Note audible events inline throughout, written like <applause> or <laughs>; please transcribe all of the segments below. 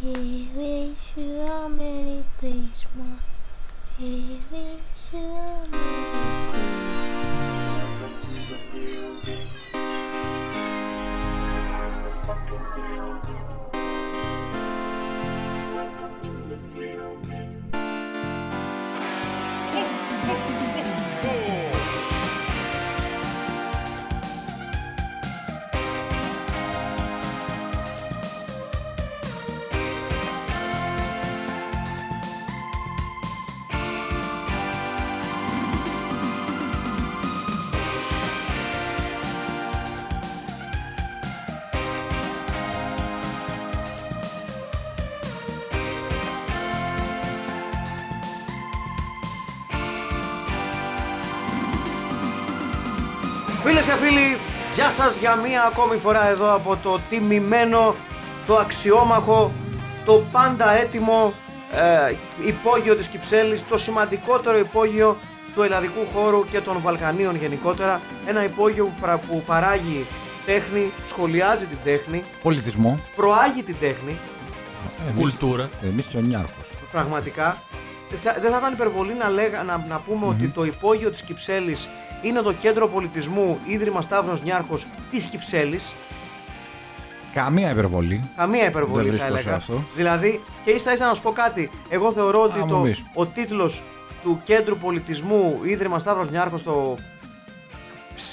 He wish you a Merry Christmas. He wish you a Merry Christmas pumpkin feel good. Welcome to the feel good. Φίλε και φίλοι, γεια σας για μία ακόμη φορά εδώ από το τιμημένο, το αξιόμαχο, το πάντα έτοιμο ε, υπόγειο της Κυψέλης, το σημαντικότερο υπόγειο του ελλαδικού χώρου και των Βαλκανίων γενικότερα. Ένα υπόγειο που, πρα- που παράγει τέχνη, σχολιάζει την τέχνη, Πολιτισμό. προάγει την τέχνη, Κουλτούρα. Εμείς και ο Νιάρχος. πραγματικά. Ε, Θα- δεν θα ήταν υπερβολή να, λέγα, να, να πουμε ότι το υπόγειο της Κυψέλης είναι το κέντρο πολιτισμού Ίδρυμα Σταύρος Νιάρχος της Κυψέλης. Καμία υπερβολή. Καμία υπερβολή Δεν θα βρίσκω σε έλεγα. αυτό. Δηλαδή, και ίσα ίσα να σου πω κάτι. Εγώ θεωρώ ότι μου το, πεις. ο τίτλος του Κέντρου Πολιτισμού Ίδρυμα Σταύρος Νιάρχος το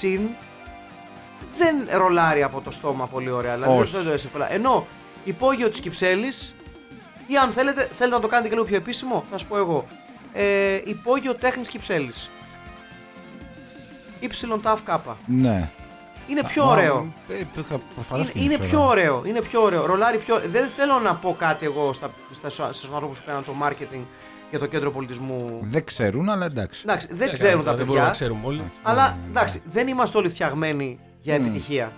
ΨΙΝ δεν ρολάρει από το στόμα πολύ ωραία. Δηλαδή, Όχι. δεν το λες απλά. Ενώ υπόγειο της Κυψέλης ή αν θέλετε, θέλετε να το κάνετε και λίγο πιο επίσημο, θα σου πω εγώ. Ε, υπόγειο τέχνης Κυψέλης. Κάπα. Ναι. Είναι πιο Μα, ωραίο. ε, είχα- προφανώς Είναι, και είναι ξέρω. πιο ωραίο, είναι πιο ωραίο. Ρολάρι πιο. Δεν θέλω να πω κάτι εγώ στα, στα, στους ανθρώπους που κάναν το marketing για το κέντρο πολιτισμού. Δεν ξέρουν, αλλά εντάξει. Εντάξει, δεν ε, ξέρουν τα Δεν μπορούμε παιδιά. να ξέρουμε όλοι. Ναι, Αλλά εντάξει, δεν είμαστε όλοι φτιαγμένοι για επιτυχία.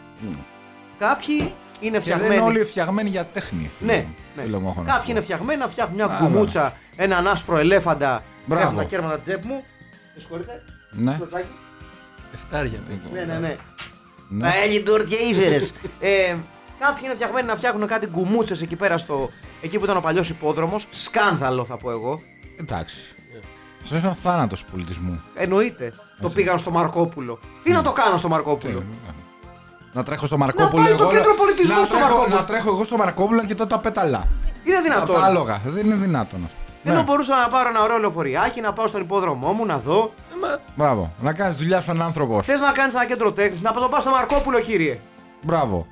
Κάποιοι είναι Mm. Και δεν είναι φτιαγμένοι. όλοι φτιαγμένοι για τέχνη. φίλε Ναι, μου. ναι. Φίλε μου, έχω να σου Κάποιοι πω. είναι φτιαγμένοι να φτιάχνουν μια Άρα. κουμούτσα, έναν άσπρο ελέφαντα. Μπράβο. Έχω τα κέρματα τσέπ μου. Με συγχωρείτε. Ναι. Πλωτάκι. Εφτάρια. Ναι, ναι, ναι. Ναι. Τα Έλλη Ντόρτια ήφερες. ε, κάποιοι είναι φτιαγμένοι να φτιάχνουν κάτι γκουμούτσες εκεί πέρα στο. εκεί που ήταν ο παλιός υπόδρομος. Σκάνδαλο θα πω εγώ. Εντάξει. Αυτός είναι ο θάνατος του πολιτισμού. Εννοείται. Το πήγαν στο Μαρκόπουλο. Τι Ναι. να το κάνω στο Μαρκόπουλο. Να τρέχω στο Μαρκόπουλο. πάει το εγώ, κέντρο πολιτισμού να στο τρέχω- Μαρκόπουλο. Να τρέχω εγώ στο Μαρκόπουλο και κοιτάω τα πέταλα. Είναι Τα δυνατόν. τα άλογα. Δεν είναι δυνατόν αυτό. Ενώ Ναι. μπορούσα να πάρω ένα ωραίο λεωφοριάκι, να πάω στον υπόδρομό μου, να δω. Μπράβο. Να κάνεις δουλειά σου έναν άνθρωπο. Θες να κάνεις ένα κέντρο τέχνης, να τον πας στο Μαρκόπουλο, κύριε. Μπράβο.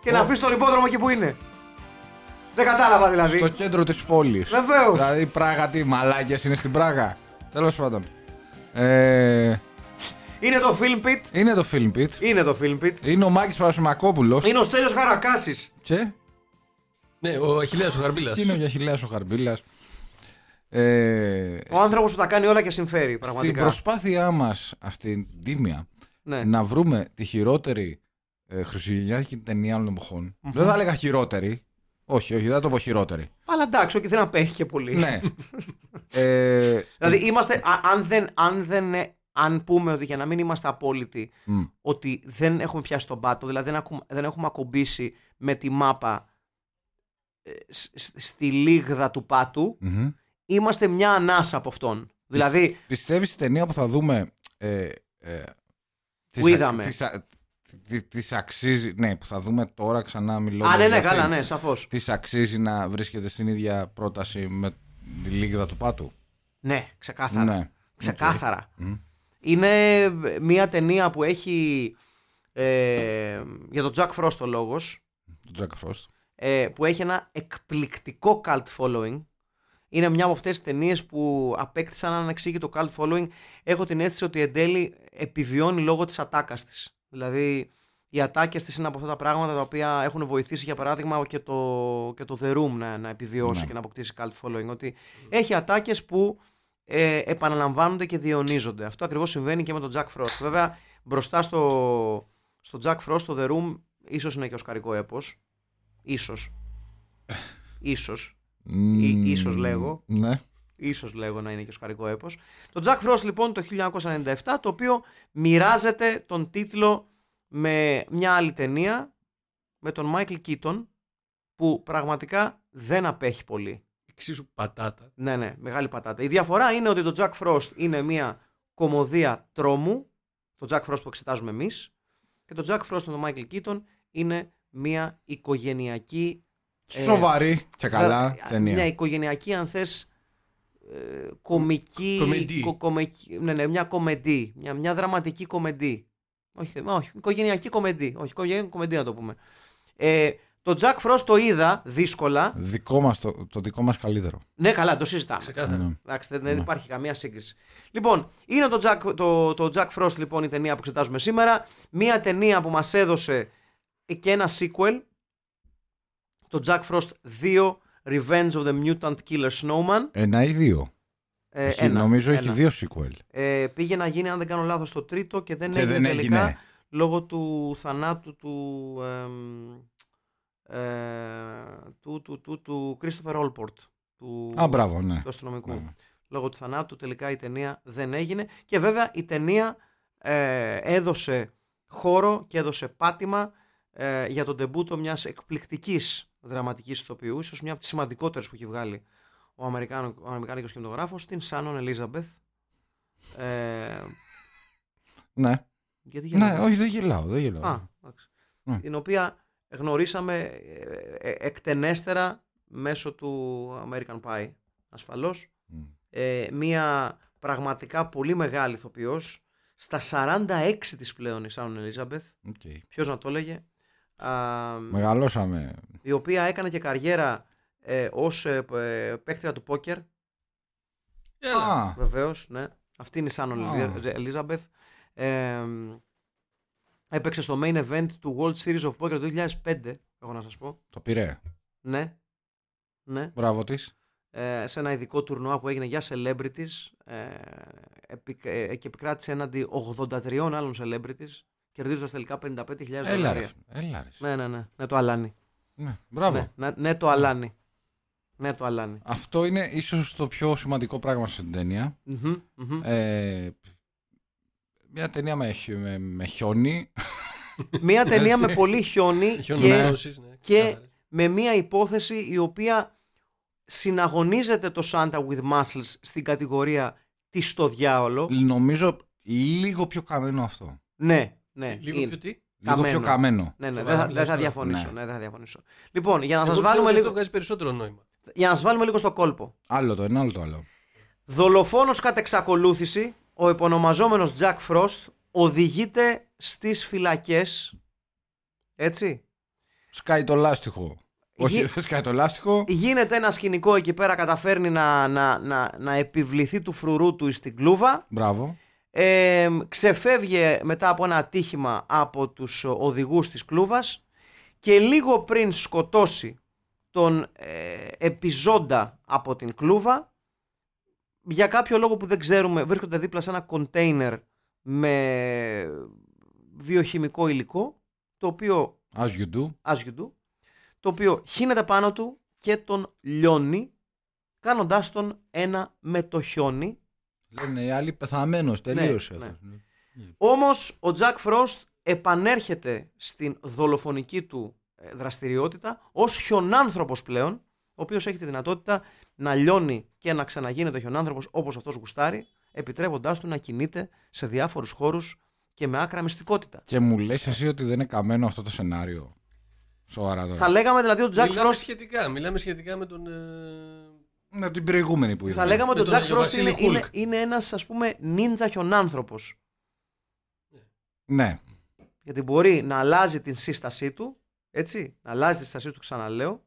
Και να αφήσεις τον υπόδρομο εκεί που είναι. Δεν κατάλαβα δηλαδή. Στο κέντρο της πόλης. Βεβαίως. Δηλαδή, πράγα τι μαλάκια είναι στην Πράγα. Τέλος πάντων. Ε, Είναι το Film Pit. είναι το Film Pit. Είναι το Film Pit. Είναι ο Μάκης Παρασημακόπουλο. Είναι ο Στέλιος Χαρακάσης. Και. Ναι, ο Αχιλέας ο Χαρμπίλας. Και είναι ο Γιαχηλέα ο Χαρμπίλας. Ε, Ο άνθρωπος που τα κάνει όλα και συμφέρει, στην πραγματικά. προσπάθειά μας αυτή την τίμια Ναι. να βρούμε τη χειρότερη ε, χριστουγεννιάτικη ταινία όλων των εποχών. Δεν θα έλεγα χειρότερη. Όχι, όχι, δεν θα το πω χειρότερη. Αλλά εντάξει, όχι, δεν απέχει και πολύ. ναι. Ε, Δηλαδή, είμαστε, α- αν, δεν, αν, δεν, ε, αν πούμε ότι για να μην είμαστε απόλυτοι, μ, ότι δεν έχουμε πιάσει τον πάτο, δηλαδή δεν, ακου- δεν έχουμε ακουμπήσει με τη μάπα ε, σ- σ- στη λίγδα του πάτου, μμμ. είμαστε μια ανάσα από αυτόν. Δηλαδή, Πιστεύεις η ταινία που θα δούμε ε, ε, Που είδαμε. Της, α- τη- της αξίζει Ναι που θα δούμε τώρα ξανά μιλώντας α, ναι, για ναι, αυτήν. καλά, ναι, σαφώς. Της αξίζει να βρίσκεται στην ίδια πρόταση με τη λίγδα του πάτου Ναι, ξεκάθαρα. Ναι Ξεκάθαρα. Μμ. Είναι μια ταινία που έχει. ε, για τον Jack Frost ο λόγος Του Τζακ Φρόστ ε, που έχει ένα εκπληκτικό cult following. Είναι μια από αυτές τις ταινίες που απέκτησαν έναν εξήγητο cult following. Έχω την αίσθηση ότι εν τέλει επιβιώνει λόγω της ατάκας της. Δηλαδή, οι ατάκες της είναι από αυτά τα πράγματα τα οποία έχουν βοηθήσει, για παράδειγμα, και το, και το The Room να, να επιβιώσει Ναι. και να αποκτήσει cult following. Ότι έχει ατάκες που ε, επαναλαμβάνονται και διονύζονται. Αυτό ακριβώς συμβαίνει και με τον Jack Frost. Βέβαια, μπροστά στο, στο Jack Frost, το The Room, ίσως είναι και οσκαρικό έπος Ίσως. Ίσως. Ή- ίσως λέγω. Ναι Ίσως λέγω να είναι και οσκαρικό έπος. Το Jack Frost λοιπόν το 1997 το οποίο μοιράζεται τον τίτλο με μια άλλη ταινία με τον Michael Keaton που πραγματικά δεν απέχει πολύ. Εξίσου πατάτα. Ναι, ναι, μεγάλη πατάτα. Η διαφορά είναι ότι το Jack Frost είναι μια κομμωδία τρόμου, το Jack Frost που εξετάζουμε εμείς, και το Jack Frost με τον Michael Keaton είναι μια οικογενειακή. ε, ναι. Σοβαρή και καλά δρα- Μια ταινία. οικογενειακή, αν θες. κομική. Κομεντή. κομική- ναι, ναι, μια κομεντή. Μια, μια δραματική κομεντή. Όχι, μα όχι, οικογενειακή κομεντή. Όχι, οικογενειακή κομεντή να το πούμε. Ε, το Jack Frost το είδα δύσκολα. Δικό μας, το, το δικό μας καλύτερο. Ναι, καλά, το συζητάμε. Ξεκάθαρα. Ναι. Εντάξει, δεν, δεν υπάρχει καμία σύγκριση. Λοιπόν, είναι το Jack, το, το Jack Frost λοιπόν η ταινία που εξετάζουμε σήμερα. Μία ταινία που μας έδωσε και ένα sequel. Το Jack Frost 2 Revenge of the Mutant Killer Snowman. Ένα ή δύο. Ε, Έχει- ένα, νομίζω ένα. έχει δύο sequel. Ε, πήγε να γίνει, αν δεν κάνω λάθος, το τρίτο και δεν Και έγινε δεν ναι. τελικά έγινε. λόγω του θανάτου του... εμ, ε, του, του, του, του Christopher Allport. Του, Α, μπράβο, ναι. του αστυνομικού. Ναι. Λόγω του θανάτου τελικά η ταινία δεν έγινε και βέβαια η ταινία ε, έδωσε χώρο και έδωσε πάτημα ε, για τον τεμπούτο μιας εκπληκτικής δραματικής ηθοποιούς, ίσως μια από τις σημαντικότερες που έχει βγάλει ο, Αμερικάνο, ο Αμερικάνικος κινηματογράφος, την Σάνον Ελίζαμπεθ. Ε, Ναι, γιατί ναι, γελάτε? όχι, δεν γελάω, δεν γελάω. Α, εντάξει. Ναι. Την οποία γνωρίσαμε ε, ε, εκτενέστερα μέσω του American Pie, ασφαλώς. Μμ. Ε, μία πραγματικά πολύ μεγάλη ηθοποιός, στα 46 της πλέον η Σάουν Ελίζαμπεθ, Οκ. ποιος να το έλεγε, α, Ναι. Μεγαλώσαμε. η οποία έκανε και καριέρα ε, ως ε, π- ε, παίκτρια του πόκερ, Έλα. Α, Βεβαίως, ναι. Αυτή είναι η Σάνον Α. Ελίζαμπεθ. Ε, έπαιξε στο main event του World Series of Poker το 2005, έχω να σας πω. το πήρε. Ναι. Ναι. Μπράβο της. Ε, σε ένα ειδικό τουρνουά που έγινε για celebrities ε, επι, ε, και επικράτησε έναντι 83 άλλων celebrities κερδίζοντας τελικά 55.000 Έλα, ρε. δολάρια. Έλα, ρε. Ναι, ναι, ναι. Ναι, το αλάνι. Ναι, μπράβο. Ναι, ναι, ναι, το αλάνι. Ναι, το αλάνι. Αυτό είναι ίσως το πιο σημαντικό πράγμα στην ταινία. Μμμ, μμμ. Ε, μια ταινία με, χι- με, με χιόνι. Ε, Μία ταινία με πολύ χιόνι και Χιονοδόσεις, ναι. και- ξεκάθαρα. με μια υπόθεση η οποία συναγωνίζεται το Santa with Muscles στην κατηγορία τι στο διάολο. Νομίζω λίγο πιο καμένο αυτό. Ναι, ναι. Λίγο είναι. πιο τι. Λίγο Καμένο. πιο καμένο. Ναι, ναι, Σοβαρά δεν θα, δεν μιλάς θα τώρα. διαφωνήσω. Ναι. Ναι. δεν θα διαφωνήσω. Λοιπόν, για να, σας Εγώ πιστεύω βάλουμε ότι λίγο, Αυτό βγάζει περισσότερο νόημα. για να σας βάλουμε λίγο στο κόλπο. Άλλο το ένα, άλλο το άλλο. Δολοφόνος κατά εξακολούθηση, ο επωνομαζόμενος Jack Frost οδηγείται στις φυλακές, έτσι. Σκάει το λάστιχο. Όχι, Γι- δεν <laughs> σκάει το λάστιχο. Γίνεται ένα σκηνικό εκεί πέρα, καταφέρνει να, να, να, να επιβληθεί του φρουρού του στην κλούβα. Μπράβο. Ε, ξεφεύγε μετά από ένα ατύχημα από τους οδηγούς της κλούβας και λίγο πριν σκοτώσει τον ε, επιζώντα από την κλούβα για κάποιο λόγο που δεν ξέρουμε βρίσκονται δίπλα σε ένα κοντέινερ με βιοχημικό υλικό το οποίο As you do. as you do, το οποίο χύνεται πάνω του και τον λιώνει κάνοντάς τον ένα με το χιόνι Λένε οι άλλοι πεθαμένος. Τελείωσε. ναι. αυτός. Όμως ο Jack Frost επανέρχεται στην δολοφονική του ε, δραστηριότητα ως χιονάνθρωπος πλέον, ο οποίος έχει τη δυνατότητα να λιώνει και να ξαναγίνεται χιονάνθρωπος όπως αυτός γουστάρει, επιτρέποντάς του να κινείται σε διάφορους χώρους και με άκρα μυστικότητα. Και μου λες εσύ ότι δεν είναι καμένο αυτό το σενάριο. Σοβαρά τώρα. Θα λέγαμε δηλαδή ότι ο Jack μιλάμε Frost, σχετικά, μιλάμε σχετικά με τον. ε, Ναι, την προηγούμενη που είδα. θα λέγαμε ότι με ο τον Jack Άγιο Frost Βασίλη είναι, είναι, Hulk. είναι ένας ας πούμε νίντζα χιονάνθρωπος. Ναι. Γιατί μπορεί να αλλάζει την σύστασή του, έτσι, να αλλάζει τη σύστασή του, ξαναλέω,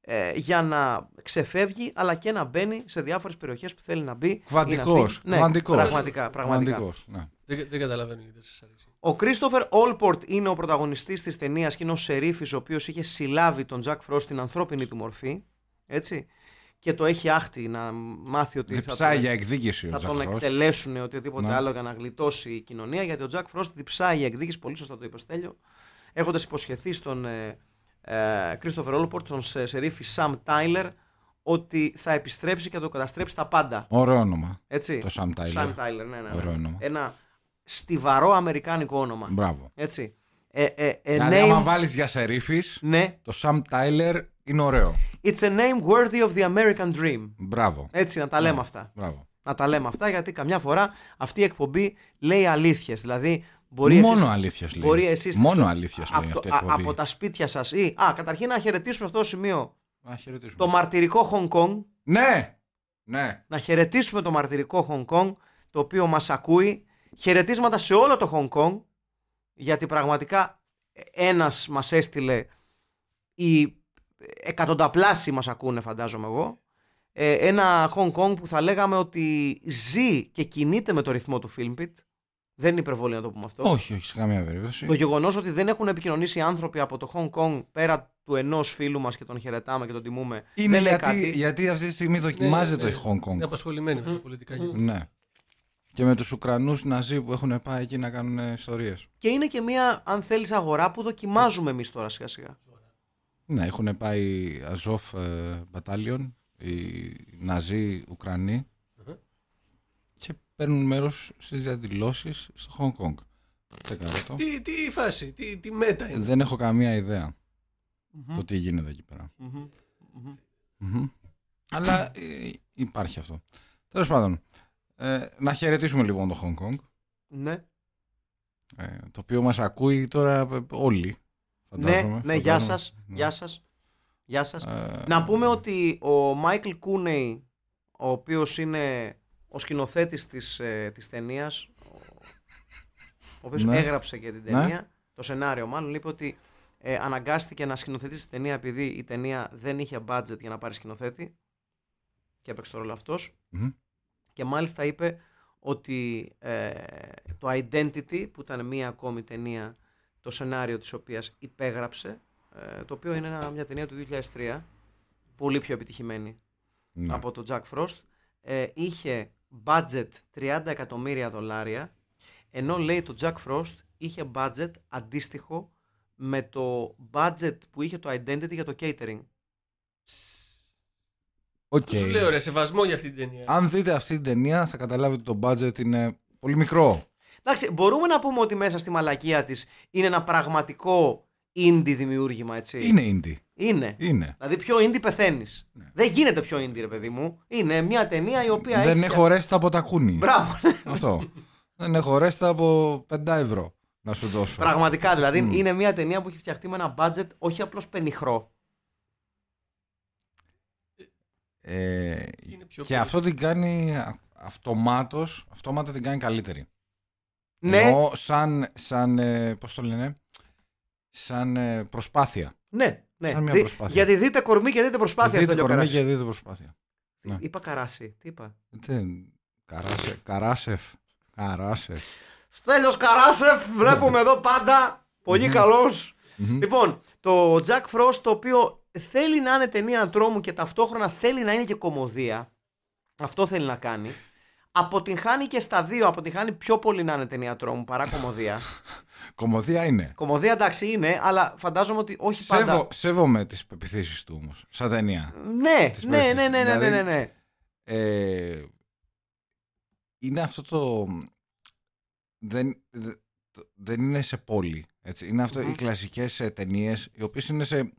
ε, για να ξεφεύγει αλλά και να μπαίνει σε διάφορες περιοχές που θέλει να μπει. ή να Κβαντικός, φύγει. Ναι, κβαντικός. Πραγματικά, πραγματικά. Κβαντικός, Ναι. Δεν, δεν καταλαβαίνω γιατί σας αρέσει. Ο Κρίστοφερ Όλπορτ είναι ο πρωταγωνιστής της ταινίας και είναι ο σερίφης ο οποίος είχε συλλάβει τον Τζακ Φρόστ στην ανθρώπινη του μορφή. Έτσι. Και το έχει άχτη να μάθει ότι θα Διψάει τον, Ε, ε, για εκδίκηση ο θα τον Τζακ Ρος. εκτελέσουν ή οτιδήποτε Ναι. άλλο για να γλιτώσει η κοινωνία. Γιατί ο Τζακ Φρόστ διψάει για εκδίκηση, πολύ σωστά το είπες ο Στέλιο, έχοντας υποσχεθεί στον ε, Κρίστοφερ Όλπορτ, τον σε- σερίφη Σαμ Τάιλερ, ότι θα επιστρέψει και θα το καταστρέψει τα πάντα. Ωραίο όνομα. Έτσι. Το Sam Tyler. Sam Tyler, ναι, ναι, ναι. Ωραίο όνομα. Ένα στιβαρό αμερικάνικο όνομα. Μπράβο. Έτσι. Ε, ε, ε, a Δηλαδή, άμα name, βάλεις για σερίφης, ναι, το Sam Tyler είναι ωραίο. it's a name worthy of the American dream. Μπράβο. Έτσι να τα Ναι. λέμε αυτά. Μπράβο. Να τα λέμε αυτά γιατί καμιά φορά αυτή η εκπομπή λέει αλήθειες. Δηλαδή μπορεί Μόνο εσείς- αλήθεια λέει. μπορεί εσείς Μόνο στο- αλήθεια λέει από, αυτή η το- α- εκπομπή. από τα σπίτια σας ή... Α, καταρχήν να χαιρετήσουμε αυτό το σημείο Να χαιρετήσουμε. το μαρτυρικό Hong Kong. Ναι! Ναι. Να χαιρετήσουμε το μαρτυρικό Hong Kong το οποίο μας ακούει. Χαιρετίσματα σε όλο το Hong Kong γιατί πραγματικά ένας μας έστειλε οι εκατονταπλάσιοι μας ακούνε φαντάζομαι εγώ ε, ένα Hong Kong που θα λέγαμε ότι ζει και κινείται με το ρυθμό του Filmpit δεν είναι υπερβολή να το πούμε αυτό Όχι, όχι, σε καμία περίπτωση. το γεγονός ότι δεν έχουν επικοινωνήσει άνθρωποι από το Hong Kong πέρα του ενός φίλου μας και τον χαιρετάμε και τον τιμούμε Είναι δεν λέει γιατί, κάτι. ε, γιατί αυτή τη στιγμή δοκιμάζεται Ναι, το Hong Είναι Kong. απασχολημένοι με τα πολιτικά γεγονότα. Ναι. Και με τους Ουκρανούς Ναζί που έχουν πάει εκεί να κάνουν ε, ιστορίες. Και είναι και μια, αν θέλεις, αγορά που δοκιμάζουμε εμείς τώρα σιγά σιγά. Ναι, έχουν πάει Αζόφ Μπατάλιον, οι Ναζί Ουκρανοί Μμμ. και παίρνουν μέρος στις διαδηλώσεις στο Χονγκ Κονγκ. Τσεκάρω το. Τι, τι φάση, τι, τι μέτα είναι. Δεν έχω καμία ιδέα το τι γίνεται εκεί πέρα. Μμμ. <clears throat> Αλλά ε, υπάρχει αυτό. Τέλος πάντων, ε, να χαιρετήσουμε λοιπόν το Χονγκ Κονγκ, Ναι, ε, το οποίο μας ακούει τώρα ε, όλοι. ναι, Φαντάζομαι, ναι, γεια φαντάζομαι. σας, γεια σας, γεια σας. Ε, Να πούμε ότι ο Μάικλ Κούνεϊ, ο οποίος είναι ο σκηνοθέτης της, ε, της ταινίας, ο- ο οποίος Ναι. έγραψε και την Ναι. ταινία, το σενάριο μάλλον, είπε ότι ε, αναγκάστηκε να σκηνοθετήσει την ταινία επειδή η ταινία δεν είχε budget για να πάρει σκηνοθέτη και έπαιξε το ρόλο αυτός. μμμ. Και μάλιστα είπε ότι ε, το Identity, που ήταν μία ακόμη ταινία, το σενάριο της οποίας υπέγραψε, ε, το οποίο είναι ένα- μια ταινία του 2003, πολύ πιο επιτυχημένη Ναι. από το Jack Frost, ε, είχε budget 30 εκατομμύρια δολάρια, ενώ λέει το Jack Frost είχε budget αντίστοιχο με το budget που είχε το Identity για το catering. Οκ. Σου λέω ρε, σεβασμό για αυτή την ταινία. Αν δείτε αυτή την ταινία θα καταλάβετε ότι το budget είναι πολύ μικρό. Εντάξει, μπορούμε να πούμε ότι μέσα στη μαλακία της είναι ένα πραγματικό indie δημιούργημα, έτσι. Είναι Ε, ναι. indie. Είναι. Είναι. Δηλαδή πιο indie πεθαίνεις. Δεν γίνεται πιο indie, ρε παιδί μου. Είναι μια ταινία η οποία Δεν έχει. έχω ρέστα από τα κούνη. Μπράβο. ναι. Αυτό. Δεν έχω ρέστα από 5 ευρώ να σου δώσω. Πραγματικά δηλαδή είναι μια ταινία που έχει φτιαχτεί με ένα budget όχι απλώς πενιχρό. Ε, Είναι πιο και πολύ. αυτό την κάνει α- αυτομάτως, αυτόματα την κάνει καλύτερη. Ναι, Εννοώ σαν, σαν ε, πώς το λένε, σαν ε, προσπάθεια. ναι, ναι. Κάνει μια Δι- προσπάθεια. Γιατί δείτε κορμί και δείτε προσπάθεια. δείτε στο κορμί Λιοκαράσι. και δείτε προσπάθεια. Τι- ναι. Είπα καράσι. Τι είπα. Δεν- Καράσε, καράσεφ. Καράσεφ. Στέλιος Καράσεφ, βλέπουμε εδώ πάντα. Πολύ καλός. Λοιπόν, το Jack Frost το οποίο θέλει να είναι ταινία τρόμου και ταυτόχρονα θέλει να είναι και κομμωδία. Αυτό θέλει να κάνει. Αποτυγχάνει και στα δύο. Αποτυγχάνει πιο πολύ να είναι ταινία τρόμου παρά <laughs> κομμωδία. Κομμωδία είναι. κομμωδία εντάξει είναι, αλλά φαντάζομαι ότι όχι πάντα. Σέβο, σέβομαι τις πεπιθήσεις του όμως, σαν ταινία. Ναι, Τις ναι, ναι, ναι, ναι, Δηλαδή, ναι, ναι, ναι. ε, είναι αυτό το δεν, δε- το- δεν είναι σε πόλη έτσι. είναι αυτό οι κλασικές ε, ταινίες οι οποίες είναι σε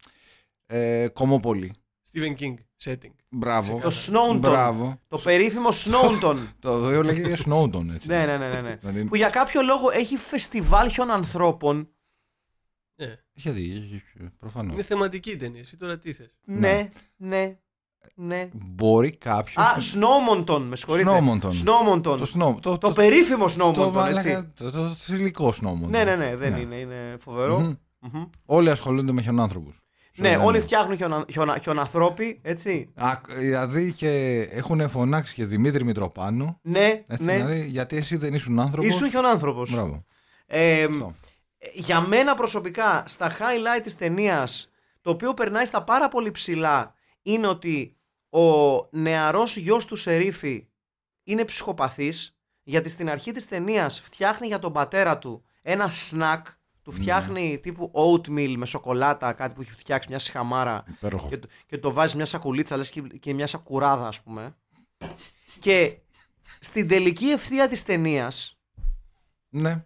ε, κομμόπολη Stephen King, setting. μπράβο Το Snowdon. Δηλαδή, μπράβο Το περίφημο <laughs> Snowdon. το οποίο λέγεται Snowdon έτσι. ναι, ναι, ναι, ναι, ναι. Δηλαδή, που για κάποιο λόγο έχει φεστιβάλ χιονανθρώπων. Ναι. είχε δει, είχε- προφανώς. Είναι θεματική η ταινία. Εσύ τώρα τι θες. Ναι, ναι, ναι. Μπορεί κάποιος. Α, Snowmonton, με συγχωρείτε. Snowmonton. Snowmonton. το, σνο, το, Το περίφημο το, Snowmonton, μαλάκα- έτσι. το- το θηλυκό Snowdon. Ναι, ναι, ναι, δεν είναι, είναι φοβερό. Μμμ. Μμμ. Όλοι ασχολούνται με χιονάνθρωπους. Ναι, Σου όλοι λένε. φτιάχνουν χιονα, χιονα, χιονανθρώποι, έτσι. Α, δηλαδή και έχουν φωνάξει και Δημήτρη Μητροπάνου. Ναι, Έτσι, ναι. δηλαδή, γιατί εσύ δεν ήσουν άνθρωπος. Ήσουν χιονάνθρωπος. Μπράβο. Ε, Αυτό. για μένα προσωπικά, στα highlight της ταινίας, το οποίο περνάει στα πάρα πολύ ψηλά, είναι ότι ο νεαρός γιος του Σερίφη είναι ψυχοπαθής, γιατί στην αρχή της ταινίας φτιάχνει για τον πατέρα του ένα σνακ, του φτιάχνει τύπου oatmeal με σοκολάτα, κάτι που έχει φτιάξει μια σιχαμάρα Υπέροχο. και, το- και το βάζεις μια σακουλίτσα, λες και, και μια σακουράδα, ας πούμε. και στην τελική ευθεία της ταινίας, Ναι.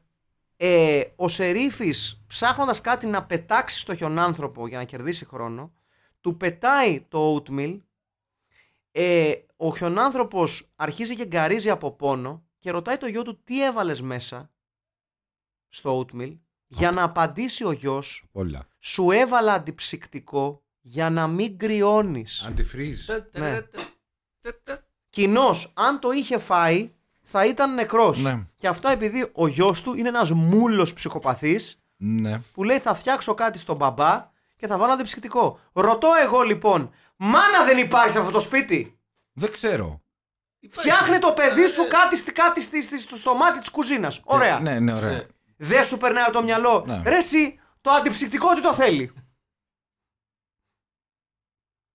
ε, ο Σερίφης ψάχνοντας κάτι να πετάξει στο χιονάνθρωπο για να κερδίσει χρόνο του πετάει το oatmeal ε, ο χιονάνθρωπος αρχίζει και γκαρίζει από πόνο και ρωτάει το γιο του τι έβαλες μέσα στο oatmeal για να απαντήσει ο γιος Όλα. σου έβαλα αντιψυκτικό για να μην κρυώνεις Αντιφρίζ. Τα- τα- Ναι. τα- τα- τα- τα. Κοινώς, αν το είχε φάει, θα ήταν νεκρός. Ναι. Και αυτό επειδή ο γιος του είναι ένας μούλος ψυχοπαθής Ναι. που λέει θα φτιάξω κάτι στον μπαμπά και θα βάλω αντιψυκτικό. Ρωτώ εγώ λοιπόν, μάνα δεν υπάρχει σε αυτό το σπίτι. Δεν ξέρω. Φτιάχνε το παιδί σου κάτι, στη- κάτι στη- στη- στο, στο μάτι της κουζίνας. Ωραία. Ναι, ναι, ωραία. Ναι. Δεν σου περνάει από το μυαλό. Ναι. Ρε εσύ, το αντιψυκτικό τι το θέλει.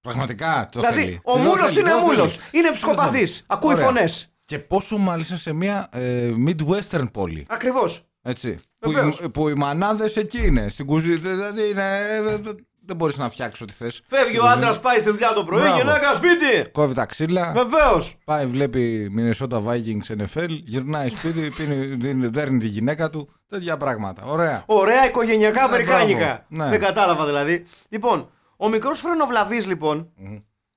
Πραγματικά το δηλαδή, θέλει. ο Το μούλος θέλει, είναι το μούλος. θέλει. Είναι ψυχοπαθής. θέλει. Ακούει Ωραία. φωνές. Και πόσο μάλιστα σε μια ε, Midwestern πόλη. Ακριβώς. Έτσι. Που, Βεβαίως. οι- που οι μανάδες εκεί είναι. Στην κουζίνα. Δηλαδή είναι. ε, δε- Δεν μπορείς να φτιάξεις ό,τι θες. Φεύγει ο άντρα, πάει στη δουλειά το πρωί, Μπράβο. Ναι. γυναίκα σπίτι. Κόβει τα ξύλα. Βεβαίως. Πάει, βλέπει Minnesota Vikings NFL. Γυρνάει σπίτι. Πίνει, δίνει- δέρνει τη γυναίκα του. Τέτοια πράγματα. Ωραία. Ωραία οικογενειακά αμερικάνικα. Ε, μπράβο. Ναι. Δεν κατάλαβα δηλαδή. Λοιπόν, ο μικρός φρενοβλαβής λοιπόν,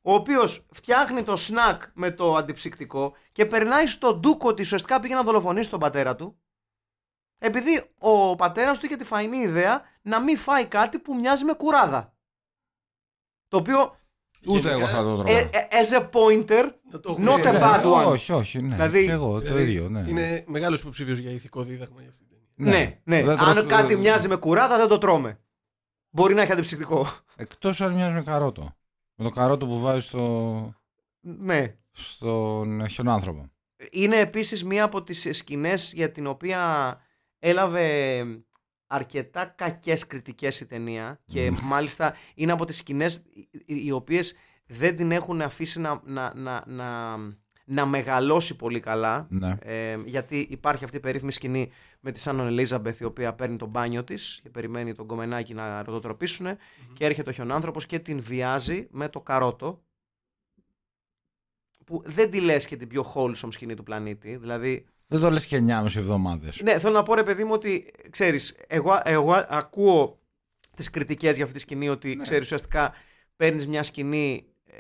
ο οποίος φτιάχνει το σνακ με το αντιψυκτικό και περνάει στον ντούκο ότι ουσιαστικά πήγε να δολοφονήσει τον πατέρα του. Επειδή ο πατέρας του είχε τη φαϊνή ιδέα να μην φάει κάτι που μοιάζει με κουράδα. Το οποίο. Ούτε Γενικά, εγώ θα το τρώω. ε, ε, as a pointer, Να το έχουμε not δει, a ναι. bad one. Όχι, όχι, ναι. Δηλαδή- και εγώ το Δηλαδή, ίδιο, ναι. Είναι μεγάλος υποψήφιος για ηθικό δίδαγμα για αυτή την ταινία. Ναι, ναι. Δεν Αν τρως- κάτι ε, μοιάζει με κουράδα, δεν το τρώμε. Μπορεί να έχει αντιψυκτικό. Εκτός αν μοιάζει με καρότο. Με το καρότο που βάζει στο... ναι. στον χιονάνθρωπο. Είναι επίσης μία από τις σκηνές για την οποία έλαβε αρκετά κακές κριτικές η ταινία και μάλιστα είναι από τις σκηνές οι- οι οι οποίες δεν την έχουν αφήσει να, να, να, να, να μεγαλώσει πολύ καλά Ναι. Ε, γιατί υπάρχει αυτή η περίφημη σκηνή με τη Σάνον Ελίζαμπεθ η οποία παίρνει τον μπάνιο της και περιμένει τον κομμενάκι να ρωτοτροπησουν και έρχεται ο χιονάνθρωπος και την βιάζει με το καρότο που δεν τη λες και την πιο wholesome σκηνή του πλανήτη. Δηλαδή, Δεν το λες και 9,5 εβδομάδες. ναι, θέλω να πω ρε παιδί μου ότι ξέρεις, εγώ, εγώ ακούω τις κριτικές για αυτή τη σκηνή ότι ξέρεις ουσιαστικά παίρνεις μια σκηνή ε,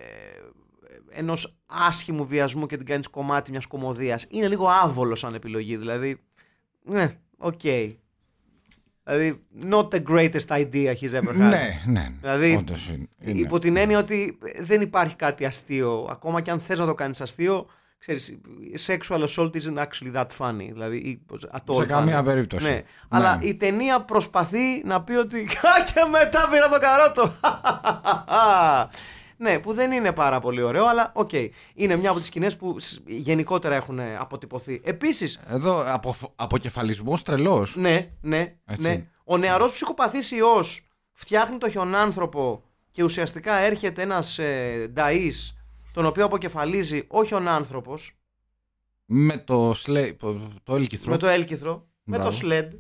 ενός άσχημου βιασμού και την κάνεις κομμάτι μιας κομμωδίας. Είναι λίγο άβολο σαν επιλογή, δηλαδή, ναι, οκ. Δηλαδή, not the greatest idea he's ever had. Ναι, ναι. Δηλαδή, όντως είναι. είναι. Υπό την έννοια ότι δεν υπάρχει κάτι αστείο. Ακόμα και αν θες να το κάνεις αστείο, ξέρεις, sexual assault isn't actually that funny. Δηλαδή, ή at all Σε funny. καμία περίπτωση. Ναι. Ναι. Αλλά η ταινία προσπαθεί να πει ότι «Α, και μετά πήρα το καρότο. <laughs> ναι, που δεν είναι πάρα πολύ ωραίο, αλλά οκ. Είναι μια από τις σκηνές που σ- γενικότερα έχουν αποτυπωθεί. Επίσης, Εδώ απο, αποκεφαλισμός τρελός. ναι, ναι, Έτσι. ναι. Ο νεαρός ψυχοπαθής ιός φτιάχνει το χιονάνθρωπο και ουσιαστικά έρχεται ένας ε, νταΐς τον οποίο αποκεφαλίζει ο χιονάνθρωπος Με το σλέι, το, το έλκυθρο. με το έλκυθρο, με το Μπράβο. σλέντ.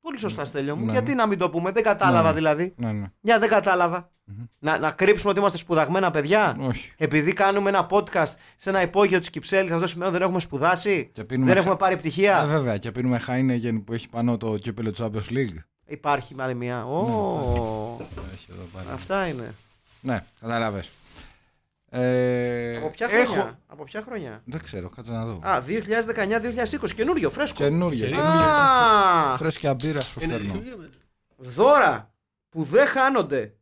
Πολύ σωστά, Στέλιο μου. Ναι. Γιατί να μην το πούμε, δεν κατάλαβα Ναι. δηλαδή. Ναι, ναι. Μια δεν καταλαβα Να, να κρύψουμε ότι είμαστε σπουδαγμένα παιδιά. Όχι. Επειδή κάνουμε ένα podcast σε ένα υπόγειο της Κυψέλης, αυτό σημαίνει ότι δεν έχουμε σπουδάσει. Και πίνουμε Δεν χα- έχουμε πάρει πτυχία. Ε, βέβαια, και πίνουμε Heineken που έχει πάνω το κύπελο Champions League. Υπάρχει άλλη μια. Ω, Ναι, Έχει εδώ πάλι. αυτά είναι. Ναι, καταλάβες. Ε, Από ποια έχω- χρονιά. Από ποια χρονιά. Δεν ξέρω, κάτσε να δω. Α, 2019-2020. Καινούριο, φρέσκο. Καινούργια. καινούργια. Α, ε, Φρέσκια μπύρα σου Είναι- φέρνω. δώρα που δεν χάνονται.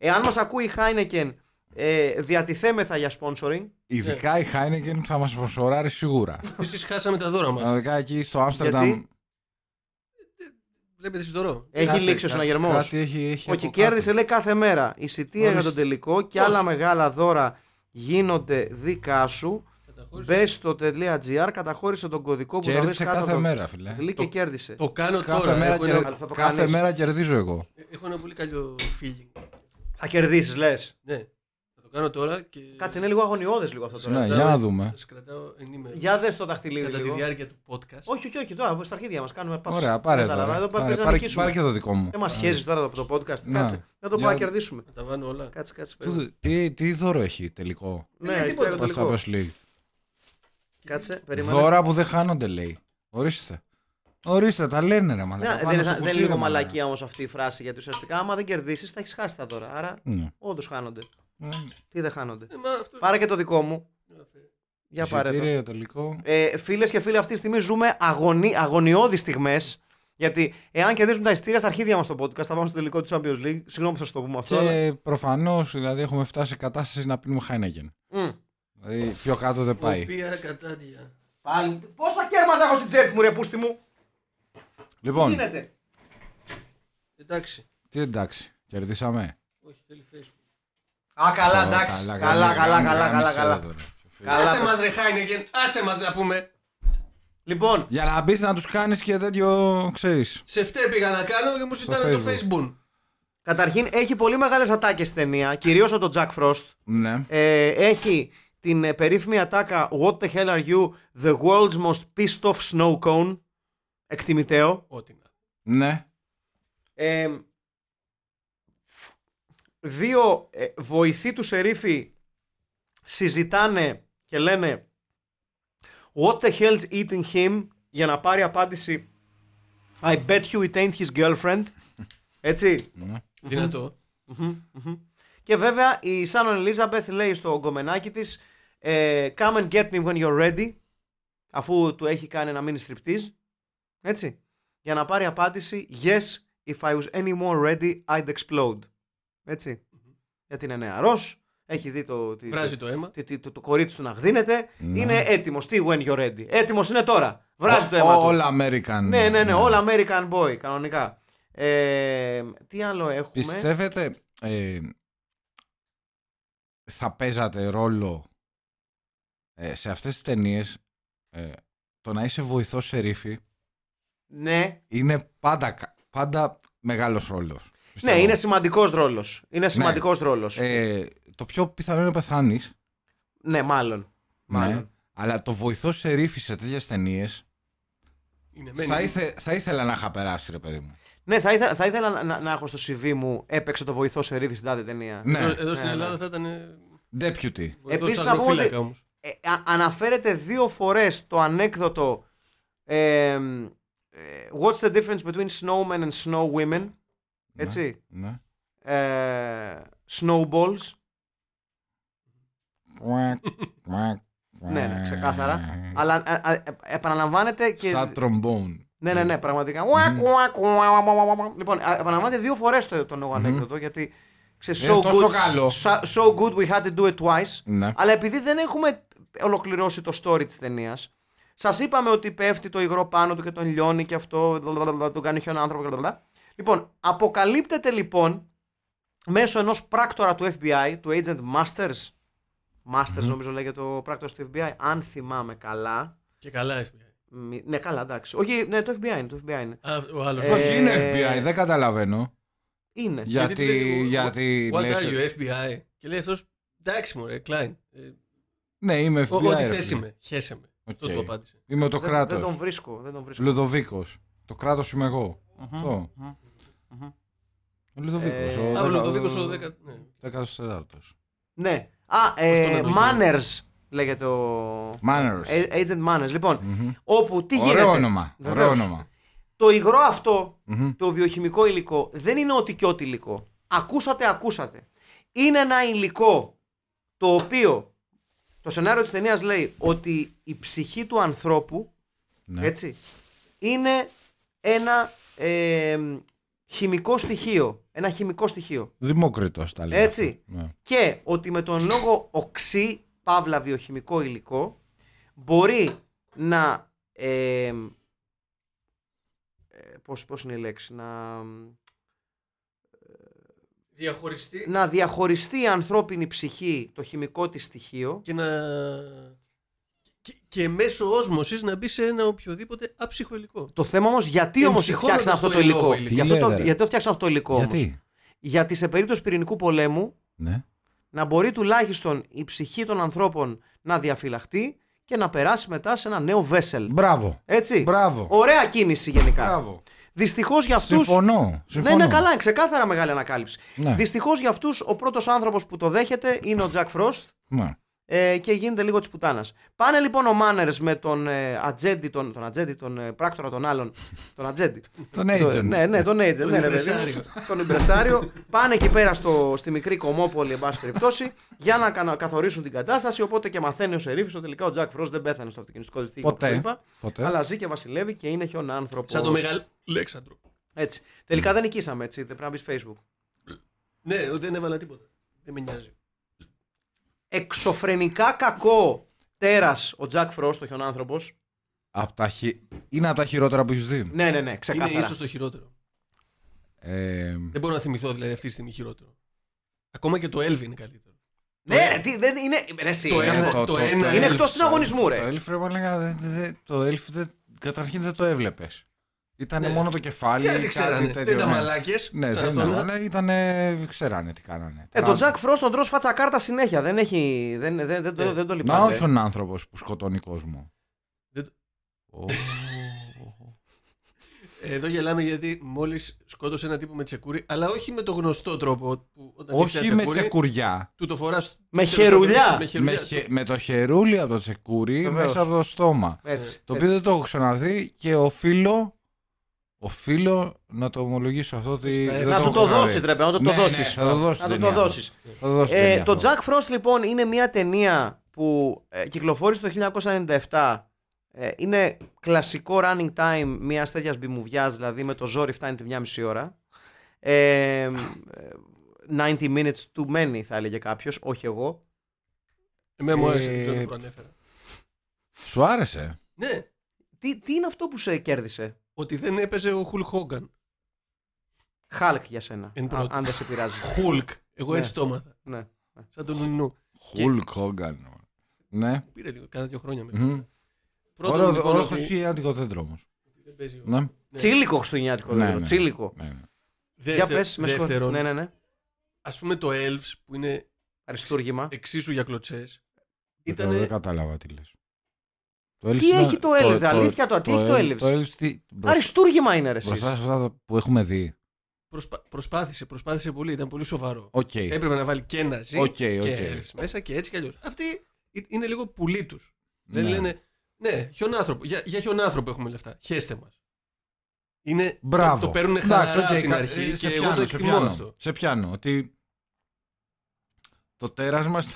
Εάν μας ακούει η Heineken, ε, διατηθέμεθα για sponsoring. Ειδικά η Heineken θα μας προσωράρει σίγουρα. Εσείς χάσαμε τα δώρα μας. Ειδικά εκεί στο Άμστερνταμ. Γιατί? Βλέπετε εσείς το ρο. Έχει κάτι- λήξει ο κα- συναγερμός. Κάτι έχει, έχει Όχι, από κάτω. κέρδισε λέει κάθε μέρα. Εισιτήρια για Ορίστε. τον τελικό και Πώς? άλλα μεγάλα δώρα γίνονται δικά σου. Καταχώρησε. Μπε στο .gr, καταχώρησε τον κωδικό που θα βρει Κέρδισε κάτω. κάθε από το μέρα, ε. φιλέ. κλικ και Το- κέρδισε. Το κάνω Κάθε, τώρα. μέρα, έχω, κερ- ένα, θα το κάθε κάνεις. μέρα κερδίζω εγώ. έχω ένα πολύ καλό feeling. Θα κερδίσεις, λες. Ναι. Θα το κάνω τώρα και. Κάτσε, ναι, είναι λίγο αγωνιώδες λίγο αυτό τώρα. Ναι, Κρατάω- για να δούμε. Σας κρατάω ενήμερο. Για δες το δαχτυλίδι Κατά τη λίγο. διάρκεια του podcast. Όχι, όχι, όχι, τώρα στα αρχίδια μας κάνουμε παύση. Ωραία, πάρε Κατάλαβα, τώρα. Εδώ Πάρε, πρέπει να πάρε- νικήσουμε. πάρε και το δικό μου. Ε, Δεν μας χέζεις τώρα από το podcast. Να. Κάτσε. Να το Για- πάμε να κερδίσουμε. Να τα βάλω όλα. Κάτσε, κάτσε. περίμενε. Τι, τι, τι δώρο έχει τελικό. Ναι, είναι αριστερά τίποτα. το Πας τελικό. Champions League. Κάτσε, περίμενε. Δώρα που δεν χάνονται λέει. Ορίστε. Ορίστε, τα λένε ρε μαλακά. Ναι, Πάνω δεν στο θα- δεν κουστί, είναι λίγο ρε, μαλάκα. μαλακία όμως αυτή η φράση γιατί ουσιαστικά άμα δεν κερδίσεις θα έχεις χάσει τα δώρα. Άρα Ναι. όντως χάνονται. Ε, Τι δεν χάνονται. Ε, μα αυτό Πάρε και το δικό μου. Για πάρε το. Εισιτήριο, τελικό. Ε, Φίλες και φίλοι, αυτή τη στιγμή ζούμε αγωνι... αγωνιώδεις στιγμές. Γιατί εάν κερδίζουν τα ειστήρια στα αρχίδια μας το podcast, θα πάμε στο τελικό του Champions League. Συγγνώμη που θα σου το πούμε αυτό. Αλλά... Και προφανώς δηλαδή έχουμε φτάσει σε κατάσταση να πίνουμε Χάινεγεν. Μμ. Δηλαδή πιο κάτω δεν πάει. Οποία κατάντια. Πάλι. Πόσα κέρματα έχω στην τσέπη μου, ρε πούστη μου. Τι Λοιπόν, γίνεται. Εντάξει. τι εντάξει, κερδίσαμε. Όχι, θέλει Facebook. Α, καλά, Ω, εντάξει. Καλά, καλά, γάμισε, καλά, καλά. γάμισε καλά. εδώ, ρε, πιο φίλε. Καλά, Άσε πες. μας ρε Χάινεκεν, άσε μας να πούμε. Λοιπόν, Για να μπεις να τους κάνεις και τέτοιο, ξέρεις. Σε φταίει πήγα να κάνω και μου ζητάνε το Facebook. Facebook. καταρχήν έχει πολύ μεγάλες ατάκες στην ταινία, κυρίως από τον Jack Frost. Ναι. Ε, έχει την ε, περίφημη ατάκα What the hell are you, the world's most pissed off snow cone. Εκτιμητέο. Ό,τι να. Ναι. Ε, δύο ε, βοηθοί του Σερίφη συζητάνε και λένε What the hell's eating him για να πάρει απάντηση I bet you it ain't his girlfriend. Έτσι. Δυνατό. Και βέβαια η Σάνον Ελίζαμπεθ λέει στο γκομενάκι της ε, Come and get me when you're ready αφού του έχει κάνει να μείνει στριπτής έτσι για να πάρει απάντηση Yes, if I was any more ready I'd explode έτσι γιατί είναι νεαρός έχει δει το, τη- Βράζει το, το αίμα. τη- τη- το, το κορίτσι του να γδύνεται Ναι. είναι έτοιμος τι when you're ready έτοιμος είναι τώρα βράζει το αίμα του All American. ναι ναι ναι all American boy κανονικά ε, τι άλλο έχουμε Πιστεύετε ε, θα παίζατε ρόλο ε, σε αυτές τις ταινίες ε, το να είσαι βοηθός σε ρήφη ναι είναι πάντα, κα- πάντα μεγάλος ρόλος. Ναι, πιστεύω. Ναι. είναι σημαντικός ρόλος. Είναι σημαντικός ρόλος. Ε, το πιο πιθανό είναι να πεθάνεις. Ναι, μάλλον. Ναι, Μάλλον. αλλά το βοηθό σε ρήφη σε τέτοιες ταινίες Είναι θα, μένει. ήθε- θα ήθελα να είχα περάσει, ρε παιδί μου. Ναι, θα ήθελα, θα ήθελα να, να, να έχω στο CV μου έπαιξε το βοηθό σε ρίβη στην τάδε ταινία. Ναι, Εδώ- Εδώ στην ναι, ναι. Ελλάδα θα ήταν ε, deputy. βοηθός Επίσης, να πούμε ότι- αγροφύλακα όμως. Ε, α- αναφέρεται δύο φορές το ανέκδοτο ε, ε, What's the difference between snowmen and snow women? Έτσι. <laughs> Ναι. Ε, snowballs. Ναι, ναι, ξεκάθαρα. Αλλά α, α, επαναλαμβάνεται και. Ε. Σαν τρομπόν. Ναι, ναι, ναι, πραγματικά. Ουακ, ουακ, ουακ, ουακ, ουακ, ουακ. Λοιπόν, α, επαναλαμβάνεται δύο φορές το, το νόγο ανέκδοτο γιατί. Ξέρεις, Είναι so τόσο good, καλό. so- so good we had to do it twice. Ναι. Αλλά επειδή δεν έχουμε ολοκληρώσει το story της ταινίας, σας είπαμε ότι πέφτει το υγρό πάνω του και τον λιώνει και αυτό, δλδλδλδλ, τον κάνει χιόνα άνθρωπο κτλ. Λοιπόν, αποκαλύπτεται λοιπόν μέσω ενός πράκτορα του FBI, του Agent Masters. Masters νομίζω λέγεται ο πράκτορα του FBI, αν θυμάμαι καλά. Και καλά FBI. Μη- Ναι, καλά, εντάξει. Όχι, ναι, το FBI είναι. Το FBI είναι. Α, Ο άλλος. Ε, Όχι, είναι FBI, δεν καταλαβαίνω. είναι. Γιατί. λέει, what- γιατί What λες- are ε. you, FBI. Και λέει αυτός, εντάξει μωρέ, Klein. ε, Ναι, είμαι ο- FBI. Ό,τι ρε θέση φίλε. με, χέσε με. Οκ. Αυτό το απάντησε. Είμαι το Δεν- Δεν τον κράτο. βρίσκω. Δεν τον βρίσκω. Λουδοβίκος. Το κράτος είμαι εγώ. Αυτό. Ο Λουδοβίκος. Ε, Α, ο Λουδοβίκος ο 10. ναι. 14ο. Ναι. Α, είναι ε, το Manners λέγεται ο. Manners. A- Agent Manners. λοιπον όπου Ε, τι γίνεται. Ωραίο όνομα. Ωραίο Βεβαίως. όνομα. Το υγρό αυτό, Μμμ. το βιοχημικό υλικό, δεν είναι ό,τι και ό,τι υλικό. Ακούσατε, ακούσατε. Είναι ένα υλικό το οποίο το σενάριο της ταινίας λέει ότι η ψυχή του ανθρώπου, Ναι. έτσι, είναι ένα ε, χημικό στοιχείο. Ένα χημικό στοιχείο. Δημόκριτο τα λέει. Έτσι. Ναι. και ότι με τον λόγο οξύ, παύλα βιοχημικό υλικό, μπορεί να. Ε, ε, πώς, πώς είναι η λέξη, να, Διαχωριστεί να διαχωριστεί η ανθρώπινη ψυχή το χημικό της στοιχείο. και να... και- Και μέσω όσμωσης να μπει σε ένα οποιοδήποτε άψυχο υλικό. Το θέμα όμως γιατί Είναι όμως ψυχόμενο φτιάξαν αυτό στο το υλικό. υλικό, υλικό. Γιατί, Τι το, λέτε, ρε. γιατί το φτιάξαν αυτό το υλικό όμως. Γιατί. Γιατί σε περίπτωση πυρηνικού πολέμου Ναι. να μπορεί τουλάχιστον η ψυχή των ανθρώπων να διαφυλαχτεί και να περάσει μετά σε ένα νέο vessel. Μπράβο. Έτσι. Μπράβο. Ωραία κίνηση γενικά. Μπράβο. Δυστυχώς για αυτούς. Συμφωνώ. Δεν συμφωνώ. Ναι, είναι καλά, είναι ξεκάθαρα μεγάλη ανακάλυψη. Ναι. Δυστυχώς για αυτούς, ο πρώτος άνθρωπος που το δέχεται είναι ο Jack Frost. Ναι. ε, και γίνεται λίγο τη πουτάνα. Πάνε λοιπόν ο Μάνερ με τον ε, Ατζέντη, τον, τον Ατζέντη, τον ε, πράκτορα των άλλων. Τον Ατζέντη. <laughs> Τον Το- agent. Ναι, ναι, τον Agent. ναι, ρε, παιδί μου. impresario. τον Ιμπρεσάριο. Πάνε εκεί πέρα στο, στη μικρή Κομόπολη, εν πάση περιπτώσει, για να κανα- καθορίσουν την κατάσταση. Οπότε και μαθαίνει ο Σερίφης ότι τελικά ο Τζακ Φρό δεν πέθανε στο αυτοκινητικό δυστύχημα. Ποτέ. όπως είπα, Ποτέ. Αλλά ζει και βασιλεύει και είναι χιονάνθρωπο. Σαν το μεγάλο Λέξανδρο. Έτσι. Τελικά δεν νικήσαμε, έτσι. Δεν πρέπει να μπει Facebook. Ναι, δεν έβαλα τίποτα. Δεν με νοιάζει. Εξωφρενικά κακό τέρας ο Τζακ Φρό, το χιονάνθρωπος. Απ' τα χει- Είναι από τα χειρότερα που έχεις δει. Ναι, ναι, ναι, Είναι ξεκάθαρα. ίσως το χειρότερο. Ε, Δεν μπορώ να θυμηθώ δηλαδή αυτή τη στιγμή χειρότερο. Ακόμα και το Elvin είναι καλύτερο. Ναι, ρε, τι, δεν είναι. Ρε, εσύ, Το να σου πω. ένα, Ε, το- το, το- ένα Είναι Elf. εκτός συναγωνισμού, το ρε. Elf, ρε, μαλάκα, δεν- δεν- το Elf δεν- καταρχήν δεν το έβλεπες. Ήταν Ναι. μόνο το κεφάλι. Και δεν κάτι ξέρανε. τέτοιο, Δεν ήταν ναι. μαλάκες. Ναι, δεν ήταν, αλλά ήταν. ξέρανε τι κάνανε. Ε, τον Τζακ Φρόστ τον τρως φάτσα κάρτα συνέχεια. Δεν, έχει, δεν, δεν, δεν, το, Ναι. δεν το Να λυπάμαι. Ε, όχι ο άνθρωπος που σκοτώνει κόσμο. Δεν το- Ω. Εδώ γελάμε γιατί μόλις σκότωσε ένα τύπο με τσεκούρι, αλλά όχι με το γνωστό τρόπο. Που όταν Όχι πιάσει με τσεκούρι, τσεκουριά. Του το φοράς. Με χερουλιά. Με χερουλιά. Με, χε- με το χερούλι από το τσεκούρι Βεβαίως. μέσα από το στόμα. Έτσι, Το έτσι. οποίο δεν το έχω ξαναδεί και οφείλω, οφείλω να το ομολογήσω αυτό ότι. Να δεν του Να Ε, του έχω το ξαναδεί. δώσει, ρε παιδί, να του το Ναι, ναι, δώσεις. θα το δώσω Να του την το ταινία. δώσεις. Θα το δώσω Ε, ταινία το αυτό. Jack Frost λοιπόν είναι μια ταινία που ε, κυκλοφόρησε το 1997. Ε, είναι κλασικό running time μιας τέτοιας μπιμουβιάς, δηλαδή με το ζόρι φτάνει τη μια μισή ώρα. Ε, ε, 90 minutes too many θα έλεγε κάποιος, όχι εγώ. Εμένα μου Ε, άρεσε. δεν ξέρω, το προανέφερα. Σου άρεσε. Ναι, Τι, τι είναι αυτό που σε κέρδισε, ότι δεν έπαιζε ο Χουλ Χόγκαν. Χάλκ για σένα, Εν α- πρώτη. αν δεν σε <laughs> πειράζει. Χουλκ. Εγώ Ναι. έτσι το έμαθα. ναι. Σαν τον Ουνού. Χουλκ Χόγκαν. Ναι. Πήρε λίγο, κάνα δύο χρόνια μετά. Μμμ. Πρώτον, Ωραίο λοιπόν, ωραίο ότι χριστουγεννιάτικο δέντρο όμω. δεν παίζει ο- Ναι. Ναι. Τσίλικο χριστουγεννιάτικο, Ναι, ναι, ναι. τσίλικο. Ναι, ναι. Για Δεύτε- πες, με συγχωρείτε. δεύτερον, Ναι, ναι, ναι. ας πούμε το Elves που είναι Αριστούργημα. εξίσου για κλωτσές Δεν το- ήταν Δεν κατάλαβα τι λες. Το Elf Τι ήταν- έχει το Elves, αλήθεια τώρα, τι έχει το Elf- Elves? Το Elves τι- μπρος- Αριστούργημα είναι ρε Μπροστά σε εσείς. αυτά που έχουμε δει. προσπα... προσπάθησε, προσπάθησε πολύ, ήταν πολύ σοβαρό. Οκ. Έπρεπε να βάλει και ένα ζει Ε. Οκ, και οκ. Elves μέσα και έτσι κι αλλιώς. Αυτοί είναι λίγο πουλί τους. Ναι. Δηλαδή λένε, ναι, χιονάνθρωπο, για, για χιονάνθρωπο έχουμε λεφτά, χέστε μας. Είναι, Μπράβο. Το, το παίρνουν Εντάξει, χαρά οκ, από την κα- αρχή ε, και εγώ το σε εκτιμώ πιάνω, αυτό. Σε πιάνω. Ότι το τέρας μας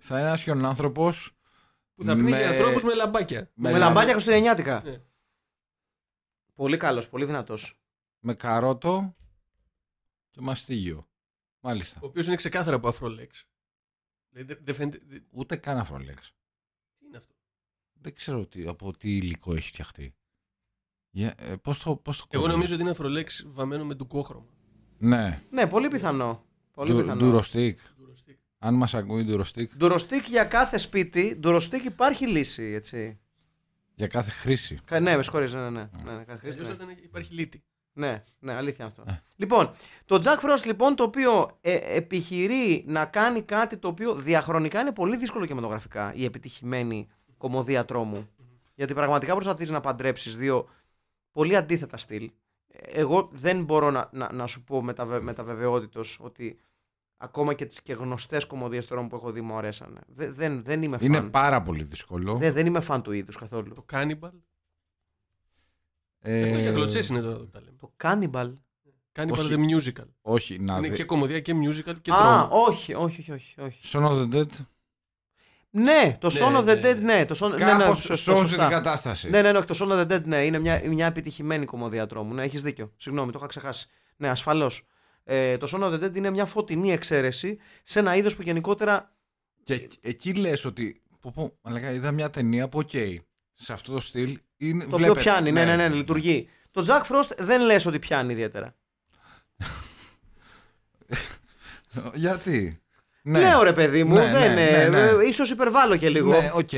θα είναι ένας χιονάνθρωπος Που θα πνίγει Με- ανθρώπους με λαμπάκια. Με λαμπάκια χριστουγεννιάτικα. Ναι. Πολύ καλός, πολύ δυνατός. με καρότο και μαστίγιο. Μάλιστα. Ο οποίος είναι ξεκάθαρα από αφρολέξ. Δηλαδή δεν δεν φαίνεται. δεν- Ούτε καν αφρολέξ. Τι είναι αυτό. Δεν ξέρω τι, από τι υλικό έχει φτιαχτεί. Για, ε, πώς το, πώς το Εγώ κόβουν. νομίζω ότι είναι αφρολέξ βαμμένο με ντουκόχρωμα. Ναι. Ναι, πολύ πιθανό. Πολύ Ντου, πιθανό. ντουροστίκ. Ντουροστίκ. Αν μας ακούει ντουροστίκ Ντουροστίκ για κάθε σπίτι, ντουροστίκ υπάρχει λύση, έτσι. για κάθε χρήση. Κα- Ναι, με συγχωρείς, ναι, ναι, ναι. ναι, ναι, κάθε χρήστη, Αλλιώ ναι. ήταν υπάρχει λίτη. Ναι, ναι, αλήθεια αυτό. Ε. Λοιπόν, το Jack Frost λοιπόν το οποίο ε, επιχειρεί να κάνει κάτι το οποίο διαχρονικά είναι πολύ δύσκολο κινηματογραφικά η επιτυχημένη κομμωδία τρόμου. Γιατί πραγματικά προσπαθείς να παντρέψεις δύο πολύ αντίθετα στυλ. Ε, Εγώ δεν μπορώ να, να, να σου πω με τα, βε- με τα βεβαιότητος ότι ακόμα και τις και γνωστές κομμωδίες τρόμου που έχω δει μου αρέσανε. Δε- δεν, δεν είμαι φαν. Είναι πάρα πολύ δύσκολο. Δεν, δεν είμαι φαν του είδους καθόλου. Το κάνιμπαλ. Ε, Αυτό για κλωτσές είναι τώρα που τα λέμε. Το Cannibal. Κάνιμπαλ όχι. the musical. Όχι, να Είναι δει. και κομμωδία και musical και Α, τρόμο. όχι, όχι, όχι, όχι, όχι. Son of the Dead Ναι, το Ναι, Son of the ναι, Dead, ναι. ναι. Το Son... ναι, ναι, Κάπως σωστό, σώζει σωστά. την κατάσταση. Ναι, ναι, ναι, όχι, το Son of the Dead, ναι. Είναι μια, μια επιτυχημένη κομμωδία τρόμου. Ναι, έχεις δίκιο. Συγγνώμη, το είχα ξεχάσει. Ναι, ασφαλώς. Ε, το Son of the Dead είναι μια φωτεινή εξαίρεση σε ένα είδος που γενικότερα. Και εκ- εκεί λες ότι. Πω, πω, μαλάκα, είδα μια ταινία που, οκ, σε αυτό το στυλ. Είναι, Το οποίο βλέπετε. πιάνει. Ναι, ναι, ναι, ναι, λειτουργεί. Το Jack Frost δεν λες ότι πιάνει ιδιαίτερα. Ε, Γιατί. Ναι. Λέω ρε παιδί μου, Ναι, ναι, δεν. ναι, ναι. ε, ε, ίσως υπερβάλλω και λίγο. Ναι, οκ.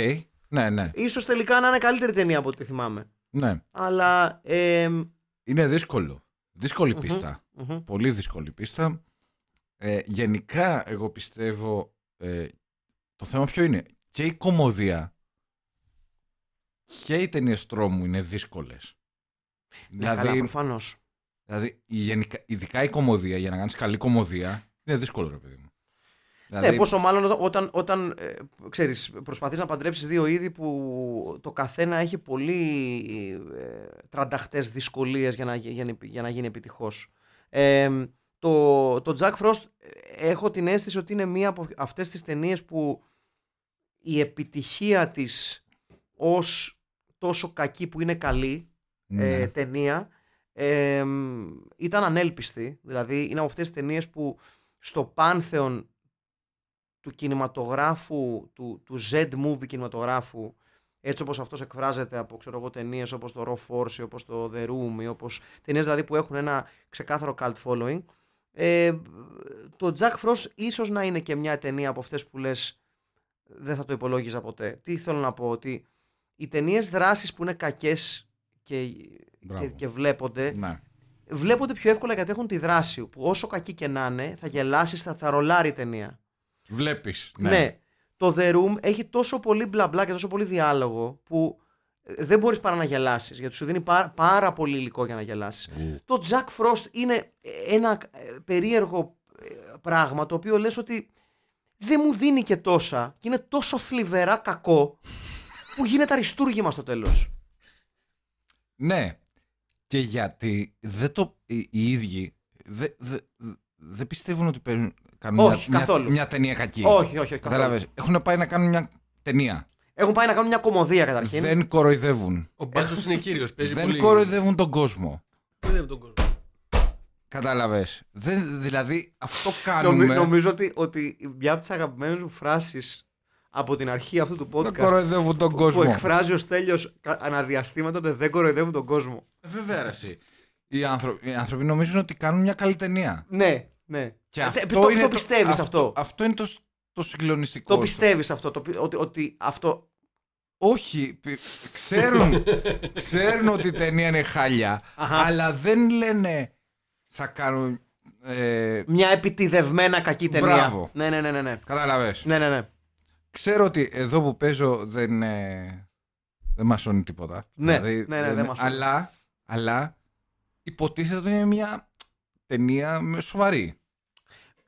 Ναι, ναι, Ίσως τελικά να είναι καλύτερη ταινία από ό,τι θυμάμαι. ναι. Αλλά. Ε, Ναι, Είναι δύσκολο. Δύσκολη Μμμ. πίστα. μhm. Πολύ δύσκολη πίστα. Ε, γενικά, εγώ πιστεύω. ε, το θέμα ποιο είναι. Και η κομμωδία και οι ταινίες τρόμου είναι Δηλαδή, δύσκολε. Ναι, καλά, προφανώς. Δηλαδή, η γενικά, ειδικά η κομμωδία, για να κάνεις καλή κομμωδία, είναι δύσκολο, ρε παιδί μου. Δηλαδή, Ναι, πόσο μάλλον όταν, όταν, όταν ε, ξέρεις, προσπαθείς να παντρέψεις δύο είδη που το καθένα έχει πολύ ε, τρανταχτές δυσκολίες για να, γι- για, να- για να γίνει επιτυχώς. Ε, το, το Jack Frost ε, έχω την αίσθηση ότι είναι μία από αυτές τις ταινίες που η επιτυχία της ως τόσο κακή που είναι καλή ναι. ε, ταινία ε, μ, ήταν ανέλπιστη. Δηλαδή είναι από αυτές τις ταινίες που στο πάνθεον του κινηματογράφου, του, του Z-movie κινηματογράφου, έτσι όπως αυτός εκφράζεται από ξέρω εγώ, ταινίες όπως το Raw Force ή όπως το The Room ή όπως ταινίες δηλαδή που έχουν ένα ξεκάθαρο cult following, ε, το Jack Frost ίσως να είναι και μια ταινία από αυτές που λες δεν θα το υπολόγιζα ποτέ. Τι θέλω να πω, ότι οι ταινίες δράσης που είναι κακές και, Μπράβο. και, και βλέπονται, ναι. βλέπονται πιο εύκολα γιατί έχουν τη δράση που όσο κακή και να είναι θα γελάσεις, θα, θα ρολάρει η ταινία. Βλέπεις. Ναι. Ναι. Το The Room έχει τόσο πολύ μπλα μπλα και τόσο πολύ διάλογο που ε, δεν μπορείς παρά να γελάσεις γιατί σου δίνει πάρα, πάρα πολύ υλικό για να γελάσεις. Το Jack Frost είναι ένα ε, περίεργο ε, πράγμα το οποίο λες ότι δεν μου δίνει και τόσα και είναι τόσο θλιβερά κακό που γίνεται αριστούργημα στο τέλος. Ναι. Και γιατί δεν το, οι, οι ίδιοι δεν δε, δε πιστεύουν ότι παίζουν, κάνουν Όχι, μια, μια, καθόλου. μια ταινία κακή. Όχι, όχι, όχι. καθόλου. Κατάλαβες. Έχουν πάει να κάνουν μια ταινία. Έχουν πάει να κάνουν μια κομμωδία καταρχήν. Δεν κοροϊδεύουν. Ο Μπάτσο είναι κύριος. Παίζει δεν πολύ. κοροϊδεύουν τον κόσμο. Κοροϊδεύει τον κόσμο. Κατάλαβες. Δεν, δηλαδή αυτό Νομι- κάνουμε. νομίζω ότι, ότι μια από τις αγαπημένες μου φράσεις από την αρχή αυτού του δεν podcast κοροϊδεύουν τον που κόσμο. εκφράζει ο Στέλιος κα- αναδιαστήματα ότι δεν κοροϊδεύουν τον κόσμο. Βέβαια, ρε, εσύ. Οι άνθρωποι, οι άνθρωποι νομίζουν ότι κάνουν μια καλή ταινία. Ναι, ναι. Και Ε, αυτό τε- το, είναι το πιστεύεις αυτό. αυτό. είναι το, σ- το συγκλονιστικό. Το πιστεύεις αυτό. Το, πι- ότι, ότι αυτό. Όχι, πι- ξέρουν, ξέρουν ότι η ταινία είναι χάλια, αλλά δεν λένε θα κάνουν. Ε, Μια επιτιδευμένα κακή ταινία. Μπράβο. Ναι, ναι, ναι, ναι. ναι. κατάλαβες. Ναι, ναι, ναι. Ξέρω ότι εδώ που παίζω δεν, ε, δεν μασώνει τίποτα. Δηλαδή, Ναι, ναι, ναι, δεν μασώνει. αλλά, αλλά υποτίθεται ότι είναι μια ταινία με σοβαρή.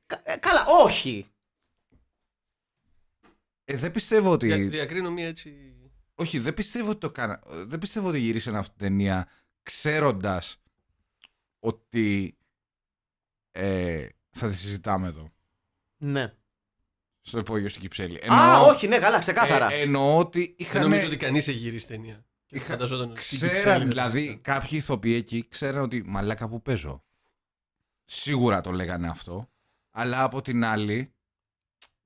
Κα- ε, καλά, όχι. Ε, δεν πιστεύω ότι. Δια- Διακρίνω μία έτσι. Όχι, δεν πιστεύω ότι το κάνα. ε, Δεν πιστεύω ότι γυρίσαν αυτή την ταινία ξέροντας ότι ε, θα τη συζητάμε εδώ. Ναι. Στο υπόγειο στην Κυψέλη. Α, όχι, ναι, καλά, ξεκάθαρα. ε, εννοώ ότι είχαν. Δεν νομίζω ότι κανείς έχει γυρίσει ταινία. Και Είχα- Φανταζόταν ότι στην Κυψέλη Ξέραν, θα δηλαδή ήταν. κάποιοι ηθοποιοί εκεί ξέραν ότι μαλάκα που παίζω. Σίγουρα το λέγανε αυτό. Αλλά από την άλλη,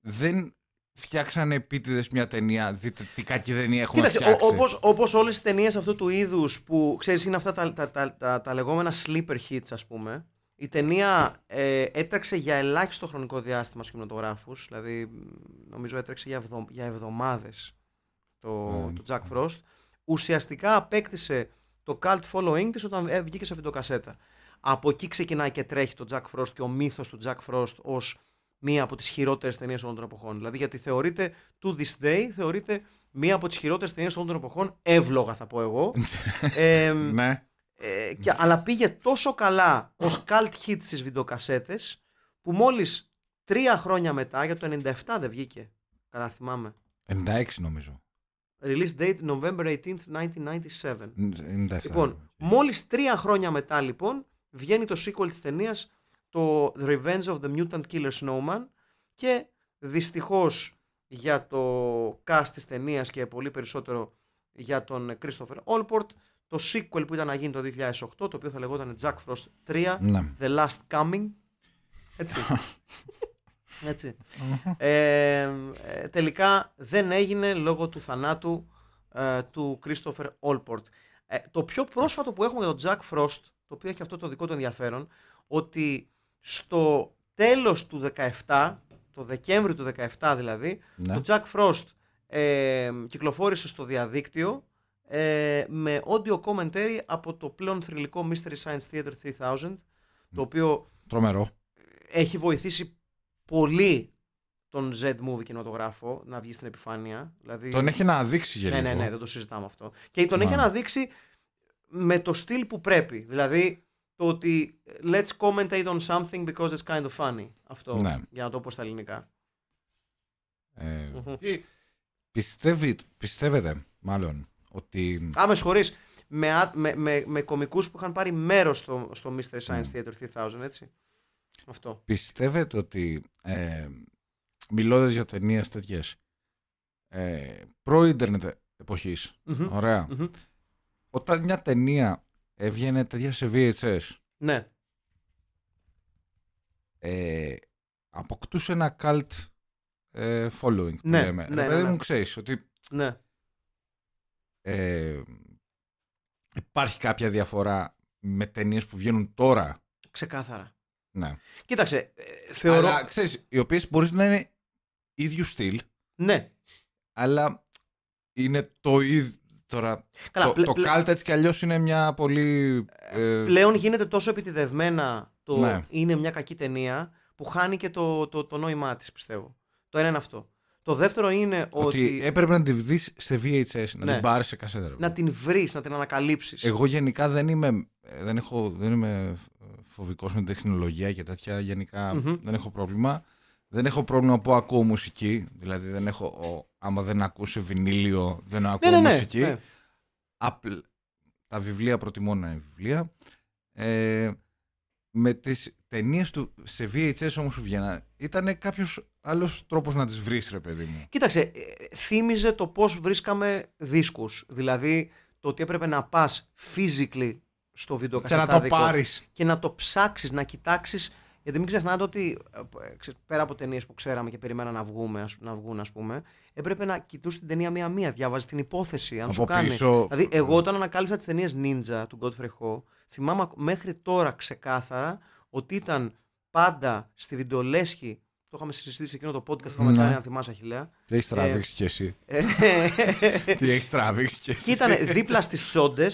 δεν φτιάξανε επίτηδες μια ταινία. Δείτε τι κακή ταινία έχουμε Κοίταξε, φτιάξει. όπως όπως όλες τις ταινίες αυτού του είδους που ξέρεις είναι αυτά τα, τα, τα, τα, τα λεγόμενα sleeper hits ας πούμε η ταινία ε, έτρεξε για ελάχιστο χρονικό διάστημα στους κινηματογράφους δηλαδή μ, νομίζω έτρεξε για, εβδο, για εβδομάδες το, Mm. το Jack Frost ουσιαστικά απέκτησε το cult following της όταν ε, βγήκε σε βιντεοκασέτα από εκεί ξεκινάει και τρέχει το Jack Frost και ο μύθος του Jack Frost ως μία από τις χειρότερες ταινίες όλων των εποχών. Δηλαδή γιατί θεωρείται, to this day, θεωρείται μία από τις χειρότερες ταινίες όλων των εποχών, εύλογα θα πω εγώ. ε, Ναι. ε, και, αλλά πήγε τόσο καλά ως cult hit στις βιντεοκασέτες που μόλις τρία χρόνια μετά, για το 97 δεν βγήκε, καλά θυμάμαι. 96 νομίζω. Release date November 18th, 1997. 97. Λοιπόν, μόλις τρία χρόνια μετά λοιπόν βγαίνει το sequel της ταινίας, το The Revenge of the Mutant Killer Snowman και δυστυχώς για το cast της ταινίας και πολύ περισσότερο για τον Christopher Olport το sequel που ήταν να γίνει το 2008 το οποίο θα λεγόταν Jack Frost 3 Ναι. The Last Coming έτσι έτσι ε, ε, τελικά δεν έγινε λόγω του θανάτου ε, του Christopher Olport. Ε, το πιο πρόσφατο που έχουμε για τον Jack Frost, το οποίο έχει αυτό το δικό του ενδιαφέρον, ότι στο τέλος του 17, το Δεκέμβριο του 17 δηλαδή, Ναι. το Jack Frost ε, κυκλοφόρησε στο διαδίκτυο ε, με audio commentary από το πλέον θρηλυκό Mystery Science Theater 3000, το οποίο Τρομερό. έχει βοηθήσει πολύ τον Z-Movie κινηματογράφο να βγει στην επιφάνεια. Δηλαδή, Τον έχει να δείξει για ναι, λίγο. ναι, ναι, δεν το συζητάμε αυτό. Και τον Ναι. έχει αναδείξει με το στυλ που πρέπει. Δηλαδή το ε, ότι let's commentate on something because it's kind of funny. Αυτό Ναι. για να το πω στα ελληνικά. Ε, Τι- πιστεύει, πιστεύετε, μάλλον, ότι. Άμε χωρί. Με, α- με, με, με κομικούς που είχαν πάρει μέρος στο, στο Mystery Ναι. Science Theater 3000, έτσι. Αυτό. Πιστεύετε ότι ε, μιλώντας για ταινίες τέτοιες ε, προ-ίντερνετ εποχής, Μμμ. ωραία, Μμμ. όταν μια ταινία έβγαινε τέτοια σε VHS, Ναι. ε, αποκτούσε ένα cult ε, following. Που Ναι, λέμε. ναι, Ρε ναι, παιδί ναι. μου, ξέρεις ότι Ναι. ε, υπάρχει κάποια διαφορά με ταινίες που βγαίνουν τώρα. Ξεκάθαρα. Ναι. Κοίταξε. ε, θεωρώ. Αλλά ξέρεις, οι οποίες μπορείς να είναι ίδιου στυλ, Ναι. αλλά είναι το ίδιο. Τώρα, Καλά. το, πλε- το πλε- cult έτσι κι αλλιώς είναι μια πολύ. Ε, πλέον γίνεται τόσο επιτιδευμένα το Ναι. είναι μια κακή ταινία που χάνει και το, το, το νόημά της, πιστεύω. Το ένα είναι αυτό. Το δεύτερο είναι ότι, ότι, έπρεπε να τη δεις σε VHS, να Ναι. την πάρεις σε κασέτα. ρε παιδί να την βρεις, να την ανακαλύψεις. Εγώ γενικά δεν είμαι, ε, δεν έχω, δεν είμαι φοβικός με την τεχνολογία και τέτοια. γενικά Μμμ. δεν έχω πρόβλημα. Δεν έχω πρόβλημα που ακούω μουσική. Δηλαδή, δεν έχω, ο, άμα δεν ακούσε βινίλιο, δεν Ναι, ακούω μουσική. Απλ, τα βιβλία προτιμώ να είναι βιβλία. Ε, με τις ταινίες του σε VHS όμως που βγαίναν, ήταν κάποιος άλλος τρόπος να τις βρεις ρε παιδί μου. Κοίταξε, ε, θύμιζε το πώς βρίσκαμε δίσκους. Δηλαδή το ότι έπρεπε να πας physically στο Και να βιντεοκασετάδικο το πάρεις. και να το ψάξεις, να κοιτάξεις. Γιατί μην ξεχνάτε ότι ε, ε, ξε- πέρα από ταινίες που ξέραμε και περιμέναμε να, βγούμε, ας- να βγουν, ας πούμε, έπρεπε να κοιτούσε την ταινία μία-μία. Διάβαζε την υπόθεση, αν σου Από κάνει. πίσω- Δηλαδή, εγώ όταν ανακάλυψα τις ταινίες Ninja του Godfrey Ho, θυμάμαι ακ- μέχρι τώρα ξεκάθαρα ότι ήταν πάντα στη βιντεολέσχη. Το είχαμε συζητήσει σε εκείνο το podcast που είχαμε Ναι. κάνει, αν θυμάσαι, Αχηλέα. Τι έχεις τραβήξει κι εσύ. Ε, Τι έχεις τραβήξει κι εσύ. και ήταν δίπλα στι τσόντε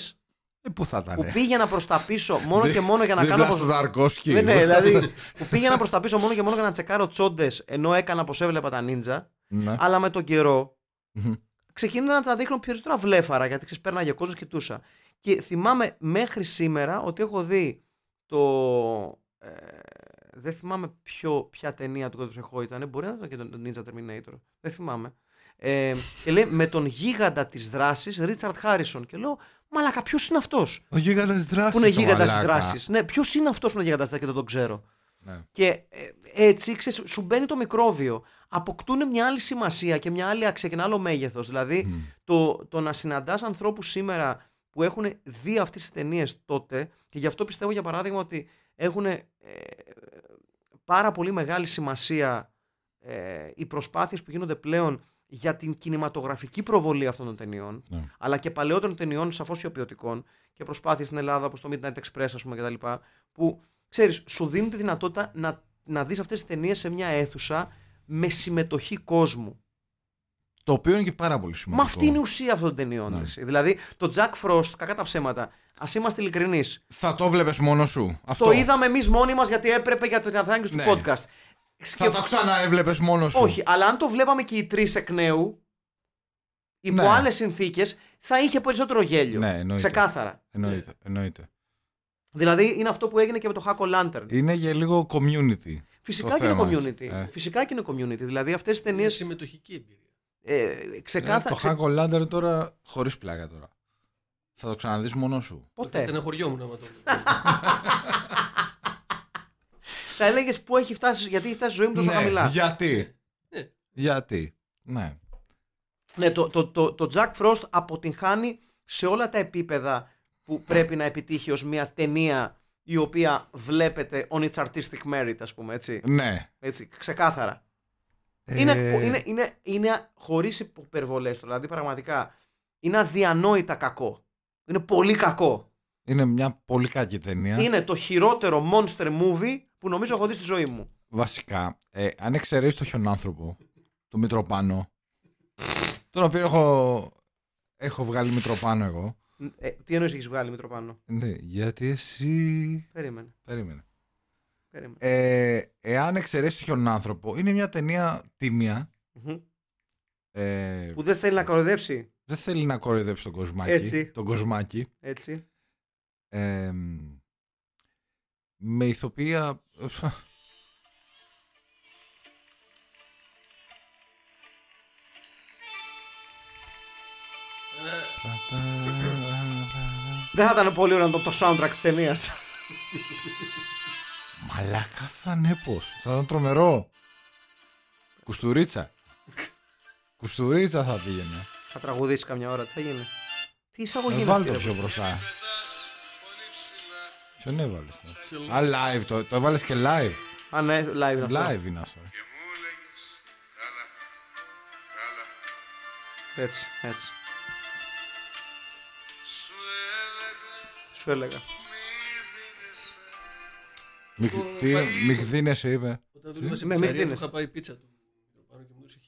Ε, Πού θα ήταν. που πήγαινα προς τα πίσω μόνο και μόνο για να Δίπλα κάνω. στο πως- Ταρκόφσκι. Ναι, ναι, <laughs> δηλαδή που πήγαινα προς τα πίσω μόνο και μόνο για να τσεκάρω τσόντες ενώ έκανα πως έβλεπα τα νίντζα. Ναι. Αλλά με τον καιρό Μμμ. ξεκίνηνα να τα δείχνω περισσότερα βλέφαρα γιατί ξεσπέρναγε κόσμος και τούσα. Και θυμάμαι μέχρι σήμερα ότι έχω δει το. ε, δεν θυμάμαι ποιο, ποια ταινία του Godfrey Ho ήταν. Μπορεί να ήταν και το Ninja Terminator. Δεν θυμάμαι. Ε, και λέει με τον γίγαντα της δράσης Ρίτσαρτ Χάρισον. Και λέω, Μαλάκα, ποιος είναι αυτός. Ο γίγαντας δράσης. Πού είναι ο γίγαντα τη μαλάκα. δράσης. Ναι, ποιος είναι αυτός που είναι γίγαντα και δεν τον ξέρω. Ναι. Και ε, έτσι ξέρεις, σου μπαίνει το μικρόβιο. Αποκτούν μια άλλη σημασία και μια άλλη αξία και ένα άλλο μέγεθος. Δηλαδή, το, το να συναντάς ανθρώπους σήμερα που έχουν δει αυτές τις ταινίες τότε, και γι' αυτό πιστεύω για παράδειγμα ότι έχουν ε, πάρα πολύ μεγάλη σημασία ε, οι προσπάθειες που γίνονται πλέον για την κινηματογραφική προβολή αυτών των ταινιών, Ναι. αλλά και παλαιότερων ταινιών σαφώς πιο ποιοτικών και προσπάθειες στην Ελλάδα όπως το Midnight Express, ας πούμε, κτλ. Που ξέρεις, σου δίνουν τη δυνατότητα να, να δεις αυτές τις ταινίες σε μια αίθουσα με συμμετοχή κόσμου. Το οποίο είναι και πάρα πολύ σημαντικό. Μα αυτή είναι η ουσία αυτών των ταινιών. Ναι. έτσι. Δηλαδή, το Jack Frost, κακά τα ψέματα, ας είμαστε ειλικρινείς. Θα το βλέπεις μόνος σου. Αυτό. Το είδαμε εμείς μόνοι μας γιατί έπρεπε για την ανάγκη του Ναι. podcast. Θα Σκεφ- το ξαναέβλεπες μόνος σου. Όχι, αλλά αν το βλέπαμε και οι τρεις εκ νέου, υπό Ναι. άλλες άλλε συνθήκες, θα είχε περισσότερο γέλιο. Ναι, εννοείται. Ξεκάθαρα. Εννοείται. εννοείται. Δηλαδή, είναι αυτό που έγινε και με το Hack Lantern. Είναι για λίγο community. Φυσικά το και είναι θέμα, community. ε. Ναι, Φυσικά και είναι community. Δηλαδή, αυτές τις ταινίε. Είναι συμμετοχική εμπειρία. Ε, Ε, ξεκάθαρα. το Hack Lander τώρα χωρίς πλάκα τώρα. Θα το ξαναδείς μόνος σου. Ποτέ. Ποτέ. Στεναχωριόμουν <laughs> άμα το βλέπω. Θα έλεγες πού έχει φτάσει, γιατί έχει φτάσει η ζωή μου Ναι, τόσο χαμηλά. γιατί. Ε. Ναι. γιατί. Ναι. Ναι, το, το, το, το Jack Frost αποτυγχάνει σε όλα τα επίπεδα που πρέπει να επιτύχει ως μια ταινία η οποία βλέπετε on its artistic merit, ας πούμε, έτσι. Ναι. έτσι ξεκάθαρα. Ε, Είναι, είναι, είναι, είναι χωρίς υπερβολές του, δηλαδή πραγματικά είναι αδιανόητα κακό. Είναι πολύ κακό. είναι μια πολύ κακή ταινία. Είναι το χειρότερο monster movie που νομίζω έχω δει στη ζωή μου. Βασικά, ε, αν εξαιρέσεις το χιονάνθρωπο, το Μητροπάνο, τον οποίο έχω, έχω βγάλει Μητροπάνο εγώ. Ε, τι εννοείς έχεις βγάλει, Μητροπάνο. Ναι, γιατί εσύ. Περίμενε, Περίμενε. περίμενε. Ε, εάν εξαιρέσεις το χιονάνθρωπο, είναι μια ταινία τίμια. Μμμ. Ε, Που δεν θέλει να κοροϊδέψει, δεν θέλει να κοροϊδέψει τον κοσμάκι. Έτσι. Τον κοσμάκι. έτσι. Ε, με ηθοποιία. Δεν θα ήταν πολύ ωραίο να το, το soundtrack της ταινίας. <laughs> Μαλάκα θα είναι πως. Θα ήταν τρομερό. Κουστουρίτσα. Κουστουρίτσα θα πήγαινε. θα τραγουδήσει καμιά ώρα, τι θα γίνει. Τι εισαγωγή Ε, είναι Βάλ αυτή. το ρε, πιο παιδιά. μπροστά. Ποιον έβαλες τώρα. Α, live το. Το έβαλες και live. Α, ναι, live είναι αυτό. Live είναι αυτό. ε. Έτσι, έτσι. Σου έλεγα. Μιχ, τι, μιχ δίνεσαι, είπε. Όταν δούλευα σε Ναι, μην πιτσαρία που δίνεις. είχα πάει πίτσα του. Πάνω και μου έδωσε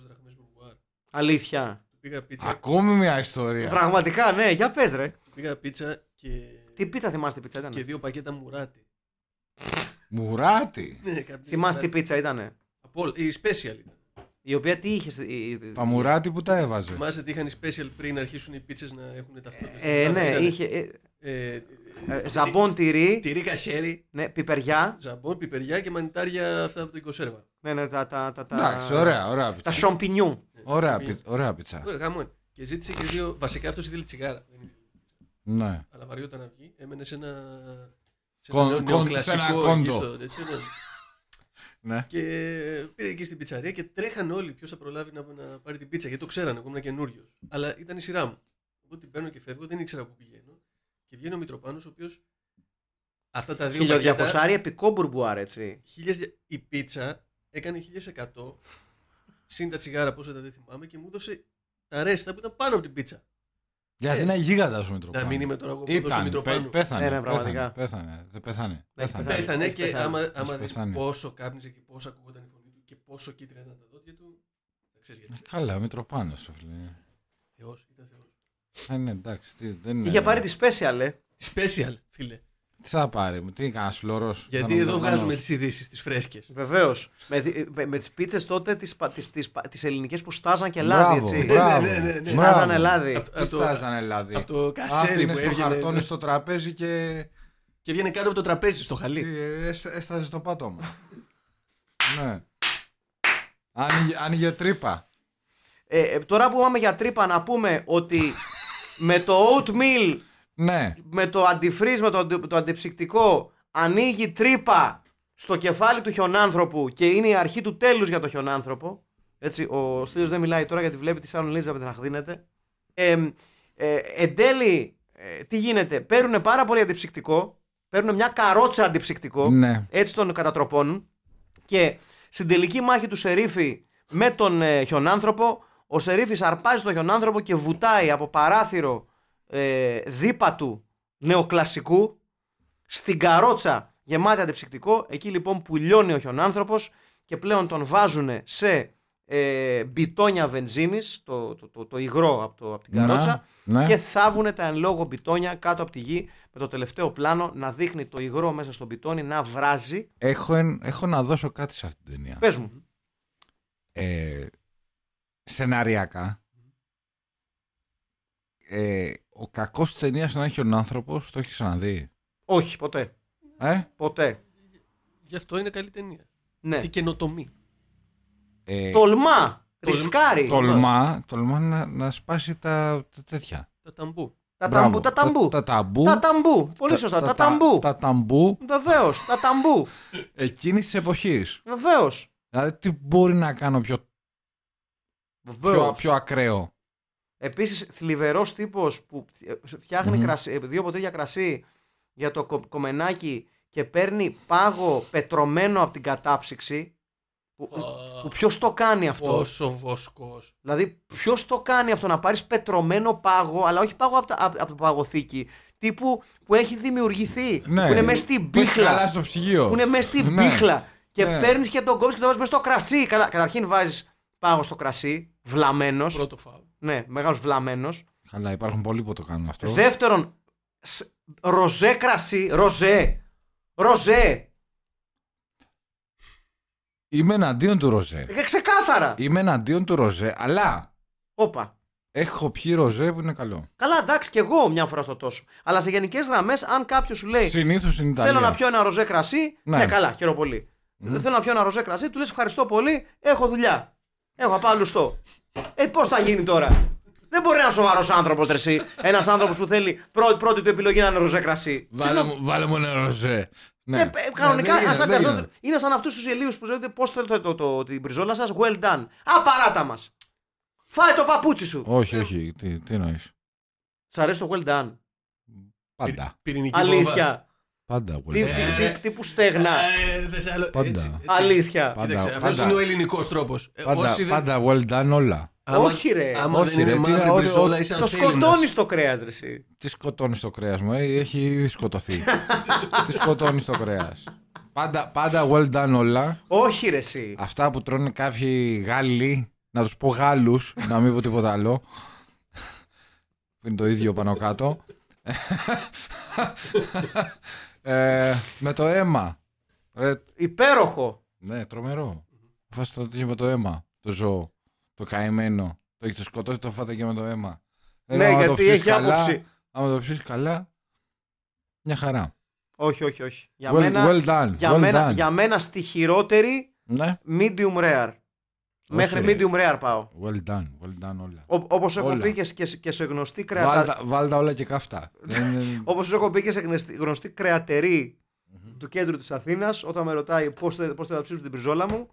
1200 δραχμές μπουρμπουάρ. Αλήθεια. Πήγα πίτσα, Ακόμη μια ιστορία. Πραγματικά, ναι, για πες ρε. πήγα πίτσα και, Τι πίτσα θυμάστε, τι πίτσα και ήταν. δύο πακέτα μουράτι. <laughs> Μουράτι. Ναι, κάποια- Θυμάστε τι πίτσα ήταν. Από όλα. Η special ήταν. Η οποία τι είχε. η- η- Τα μουράτι που τα έβαζε. Θυμάστε ότι είχαν οι special πριν αρχίσουν οι πίτσες να έχουν ταυτότητα. Ε, ναι, Ήταν, είχε. ε, ε, ε, ε, Ζαμπόν τυρί, Τυρί κασέρι, ναι, πιπεριά. ζαμπόν, πιπεριά και μανιτάρια αυτά από το οικοσέρβα. Ναι, ναι, τα. τα, τα, τα Εντάξει, ωραία, ωραία Τα πιτσα. σομπινιού. Ωραία, πι- ωραία πιτσα. Ωραία, γάμο είναι. Και ζήτησε και δύο. Βασικά αυτός ήθελε τσιγάρα. Δεν ήθελε. Ναι. Αλλά βαριόταν να βγει. Έμενε σε ένα. Σε Κον- νέο- κον- νεοκλασικό σε ένα εκεί κόντο. στο- έτσι, ναι. Ναι. Και πήρε εκεί στην πιτσαρία και τρέχαν όλοι ποιος θα προλάβει να, να πάρει την πίτσα. Γιατί το ξέρανε, εγώ ήμουν καινούριος. Αλλά ήταν η σειρά μου. Οπότε την παίρνω και φεύγω, δεν ήξερα πού πηγαίνω. Και βγαίνει ο Μητροπάνος, ο οποίος. Αυτά τα δύο. πακέτα- 1200 επικό μπουρμπουάρ, έτσι. 1000 η πίτσα έκανε 1100 συν τα τσιγάρα πόσο ήταν δεν θυμάμαι και μου έδωσε τα ρέστα που ήταν πάνω από την πίτσα. Γιατί Ε, είναι γίγαντα ο Μητροπάνο. Να μην είμαι τώρα εγώ που στο Ήταν, πέ- Μητροπάνο. πέθανε. Ναι, ναι, πραγματικά. Ναι, πέθανε, Πέθανε, δεν πέθανε. έχεις πέθανε. πεθάνει. Πέθανε Έχεις και πεθάνει. άμα, Έχεις άμα δεις πεθάνει. πόσο κάπνιζε και πόσο ακούγονταν η φωνή του και πόσο κίτρινα ήταν τα δόντια του. Δεν ξέρεις γιατί. Καλά, ο Μητροπάνος, σου φίλε. Θεός, ήταν θεός. Ε, ναι, εντάξει, τι, δεν είναι. Είχε πάρει τη special, ε. Special, φίλε. Τι θα πάρει, μου, τι είναι κανένα φλωρό. Γιατί εδώ βγάζουμε τις ειδήσεις, τις φρέσκες. Βεβαίως. Με, δι- με, με τις πίτσες τότε τις τις, τις, τις ελληνικές που στάζαν και λάδι, έτσι. Μπράβο, Ναι, ναι, ναι, ναι. Στάζαν μπράβο. λάδι. Απ' το- Τι απ' το- στάζανε, δηλαδή. Απ' το κασέρι που Άφηνε ναι. το έβγαινε. χαρτόνι στο τραπέζι και Και βγαίνει κάτω από το τραπέζι, στο τι, χαλί. ε, έσ- έσταζε το πάτωμα. ναι. Άνοιγε, άνοιγε τρύπα. Ε, ε, τώρα που πάμε για τρύπα, να πούμε ότι <laughs> με το oatmeal, Ναι. με το αντιφρίζ, με το, αντι- το αντιψυκτικό, ανοίγει τρύπα στο κεφάλι του χιονάνθρωπου και είναι η αρχή του τέλους για το χιονάνθρωπο. Έτσι, ο Στήλιος δεν μιλάει τώρα γιατί βλέπει τη Σάνου Λίζα να χδίνεται. Ε, ε, εν τέλει, ε, τι γίνεται, παίρνουν πάρα πολύ αντιψυκτικό, παίρνουν μια καρότσα αντιψυκτικό. Ναι. Έτσι τον κατατροπώνουν. Και στην τελική μάχη του Σερίφη με τον ε, χιονάνθρωπο, ο Σερίφης αρπάζει τον χιονάνθρωπο και βουτάει από παράθυρο ε, δίπα του νεοκλασικού στην καρότσα γεμάτη αντιψυκτικό. Εκεί λοιπόν που λιώνει ο χιονάνθρωπος και πλέον τον βάζουν σε ε, μπιτόνια βενζίνης, το, το, το, το υγρό από, το, από την Να, καρότσα, ναι. και θάβουν τα εν λόγω μπιτόνια κάτω από τη γη με το τελευταίο πλάνο να δείχνει το υγρό μέσα στον μπιτόνι να βράζει. Έχω, εν- έχω να δώσω κάτι σε αυτή την ταινία. Πες μου. ε, σεναριακά ε, ο κακός της ταινίας να έχει ο άνθρωπος το έχεις ξαναδεί Όχι, ποτέ. ε? Ποτέ. Γι' αυτό είναι καλή ταινία. Ναι. Τι καινοτομή. Ε, Τολμά. Τολμ- Ρισκάρει. τολμά, τολμά να, να σπάσει τα, τα τέτοια Τα ταμπού. Τα Μπράβο. ταμπού. Τα ταμπού. τα, ταμπού Τα ταμπού. Πολύ σωστά. Τα ταμπού. τα ταμπού Βεβαίως. Τα ταμπού. εκείνης της εποχής Βεβαίως. δηλαδή τι μπορεί να κάνω πιο, πιο, πιο ακραίο Επίσης, θλιβερός τύπος που ε, φτιάχνει Μμμ. κρασί- ε, δύο ποτήρια κρασί για το κο- κομμενάκι και παίρνει πάγο πετρωμένο από την κατάψυξη. Που, που ποιος το κάνει αυτό. Πόσο βοσκός. Δηλαδή, ποιος το κάνει αυτό να πάρεις πετρωμένο πάγο, αλλά όχι πάγο από, τα, απ- απ' το παγωθήκη. Τύπου που έχει δημιουργηθεί. ναι, που είναι μέσα στην που έχει πίχλα. χαλάσει το ψυγείο Που είναι μέσα στην Ναι. πίχλα. Και Ναι. παίρνεις και τον κόβεις και τον βάζεις μέσα στο κρασί. Καλά, καταρχήν βάζεις πάγο στο κρασί. Βλαμμένος. Πρώτο φάουλ. Ναι, μεγάλος βλαμμένος. καλά υπάρχουν πολλοί που το κάνουν αυτό Δεύτερον, σ- ροζέ κρασί. Ροζέ. Ροζέ. είμαι εναντίον του Ροζέ Ε, Ξεκάθαρα. Είμαι εναντίον του ροζέ, αλλά Όπα. έχω πιει ροζέ που είναι καλό. Καλά, εντάξει, και εγώ μια φορά στο τόσο. Αλλά σε γενικές γραμμές, αν κάποιος σου λέει. Συνήθως στην Ιταλία. Ε, Θέλω να πιω ένα ροζέ κρασί. Ναι, Ναι. καλά, χαίρομαι πολύ. Δεν θέλω να πιω ένα ροζέ κρασί, του λες ευχαριστώ πολύ, έχω δουλειά. Έχω να πάω λουστό. Ε, πώς θα Ε, γίνει τώρα. Δεν μπορεί να είναι σοβαρός άνθρωπος, Τρεσί. Ένας άνθρωπος που θέλει πρώτη, πρώτη του επιλογή να είναι ροζέ κρασί. Βάλε, μου- βάλε μου ένα ροζέ. Ναι. Ε, ε, κανονικά, Ναι, δεν ας γίνεται, άντε δεν αυτό- γίνεται. είναι σαν αυτούς τους Ελίου που λέτε πώς θέλετε το, το, την πριζόλα σας. Well done. Α, παράτα μα. Φάε το παπούτσι σου. Όχι, όχι. Τι, τι εννοείς. Σ' αρέσει το well done. Πάντα. Πυρηνική βόμβα. Αλήθεια. Πάντα. Τι, πολύ. τι, τι, τι που στέγνα. Ε, δεν σε άλλο. Πάντα. Έτσι, έτσι. Αλήθεια. Πάντα, Κοίταξε, αυτό πάντα. είναι ο ελληνικός τρόπος. Ε, Πάντα, πάντα well done όλα. Όχι, ρε. Άμα Όχι, δεν είναι ρε, τι είναι, μαύρη ό,τι- μπριζόλα, είσαι Το σκοτώνει το κρέας, Τρεσί. Τι σκοτώνεις το κρέας μου, ε, έχει <laughs> ήδη σκοτωθεί. τι σκοτώνεις το κρέας. Πάντα, πάντα well done όλα. Όχι, ρε, εσύ. Αυτά που τρώνε κάποιοι Γάλλοι, να τους πω Γάλλους, να μην πω τίποτα άλλο. που είναι το ίδιο πάνω κάτω. ε, με το αίμα. Ρε, Υπέροχο. ναι, τρομερό. Φάσε το είχε με το αίμα. Το ζώο. Το καημένο. Το έχετε σκοτώσει, το φάτε και με το αίμα. Ε, Ναι, άμα το γιατί ψήσεις έχει καλά, άποψη. Άμα το ψήσει καλά, μια χαρά. Όχι, όχι, όχι. Για well, μένα, well done. για, well μένα, done. για μένα στη χειρότερη Ναι. medium rare. Μέχρι ρε. medium rare πάω. Well done, well done όλα. Όπως έχω Όλα. πει και, σ- και, σ- και σε γνωστή κρεατα... Βάλτα, βάλτα όλα και <laughs> καυτά. Δεν είναι- Όπως έχω πει και σε γνωστή, γνωστή κρεατερή του κέντρου της Αθήνας, όταν με ρωτάει πώς θα ψήσω την πριζόλα μου,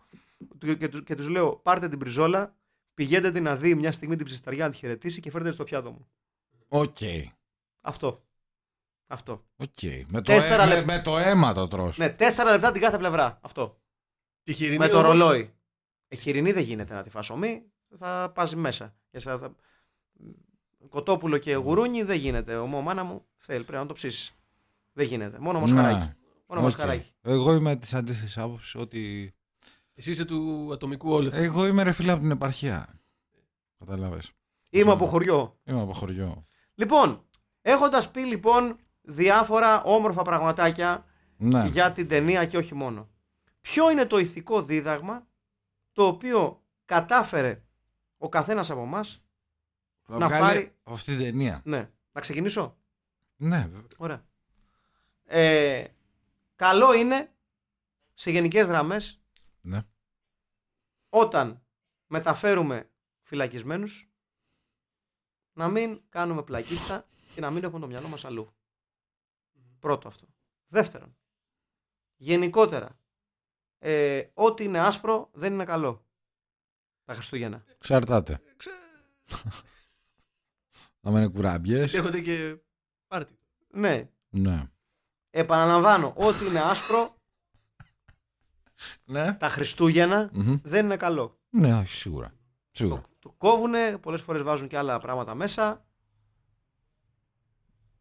του- και, του, και τους λέω: Πάρτε την πριζόλα, πηγαίνετε την να δει μια στιγμή την ψισταριά να τη χαιρετήσει και φέρτε τη στο πιάτο μου. Οκ. Αυτό. Αυτό. Οκ. Με, το Τέσσερα αίμα- λεπτά. με το αίμα το τρως. Ναι, τέσσερα λεπτά την κάθε πλευρά. Αυτό. Τη χοιρινή με το όμως, ρολόι. Ε, χοιρινή δεν γίνεται να τη φασωμή. Θα πάζει μέσα. Και σε- θα- Κοτόπουλο και γουρούνι δεν γίνεται. Ο μό, μάνα μου θέλει πρέπει να το ψήσεις. Δεν γίνεται. Μόνο μοσχαράκι. Να, Μόνο Ναι, οκ. μοσχαράκι. Εγώ είμαι της αντίθεσης άποψης ότι. Εσύ είσαι του ατομικού όλου. Εγώ είμαι ρε φίλε από την επαρχία. Καταλάβες. Είμαι από χωριό. Είμαι από χωριό. Λοιπόν, έχοντας πει λοιπόν διάφορα όμορφα πραγματάκια Ναι. για την ταινία και όχι μόνο. Ποιο είναι το ηθικό δίδαγμα το οποίο κατάφερε ο καθένας από εμάς. Θα να βγάλει πάρει- από αυτή την ταινία. Ναι, να ξεκινήσω. Ναι, βέβαια. Ωραία. Ε, καλό είναι σε γενικές γραμμές Ναι. όταν μεταφέρουμε φυλακισμένους να μην κάνουμε πλακίτσα και να μην έχουμε το μυαλό μας αλλού. Πρώτο αυτό. Δεύτερον, γενικότερα, ε, ό,τι είναι άσπρο δεν είναι καλό. Τα Χριστούγεννα. Εξαρτάται. Ε, Να μην είναι κουράμπιε. Ε, Έρχονται και πάρτι. Ναι, Ναι. επαναλαμβάνω, ό,τι είναι άσπρο Ναι. τα Χριστούγεννα Μμμ. δεν είναι καλό. Ναι, όχι, σίγουρα. Σίγουρα. Το κόβουνε, πολλές φορές βάζουν και άλλα πράγματα μέσα.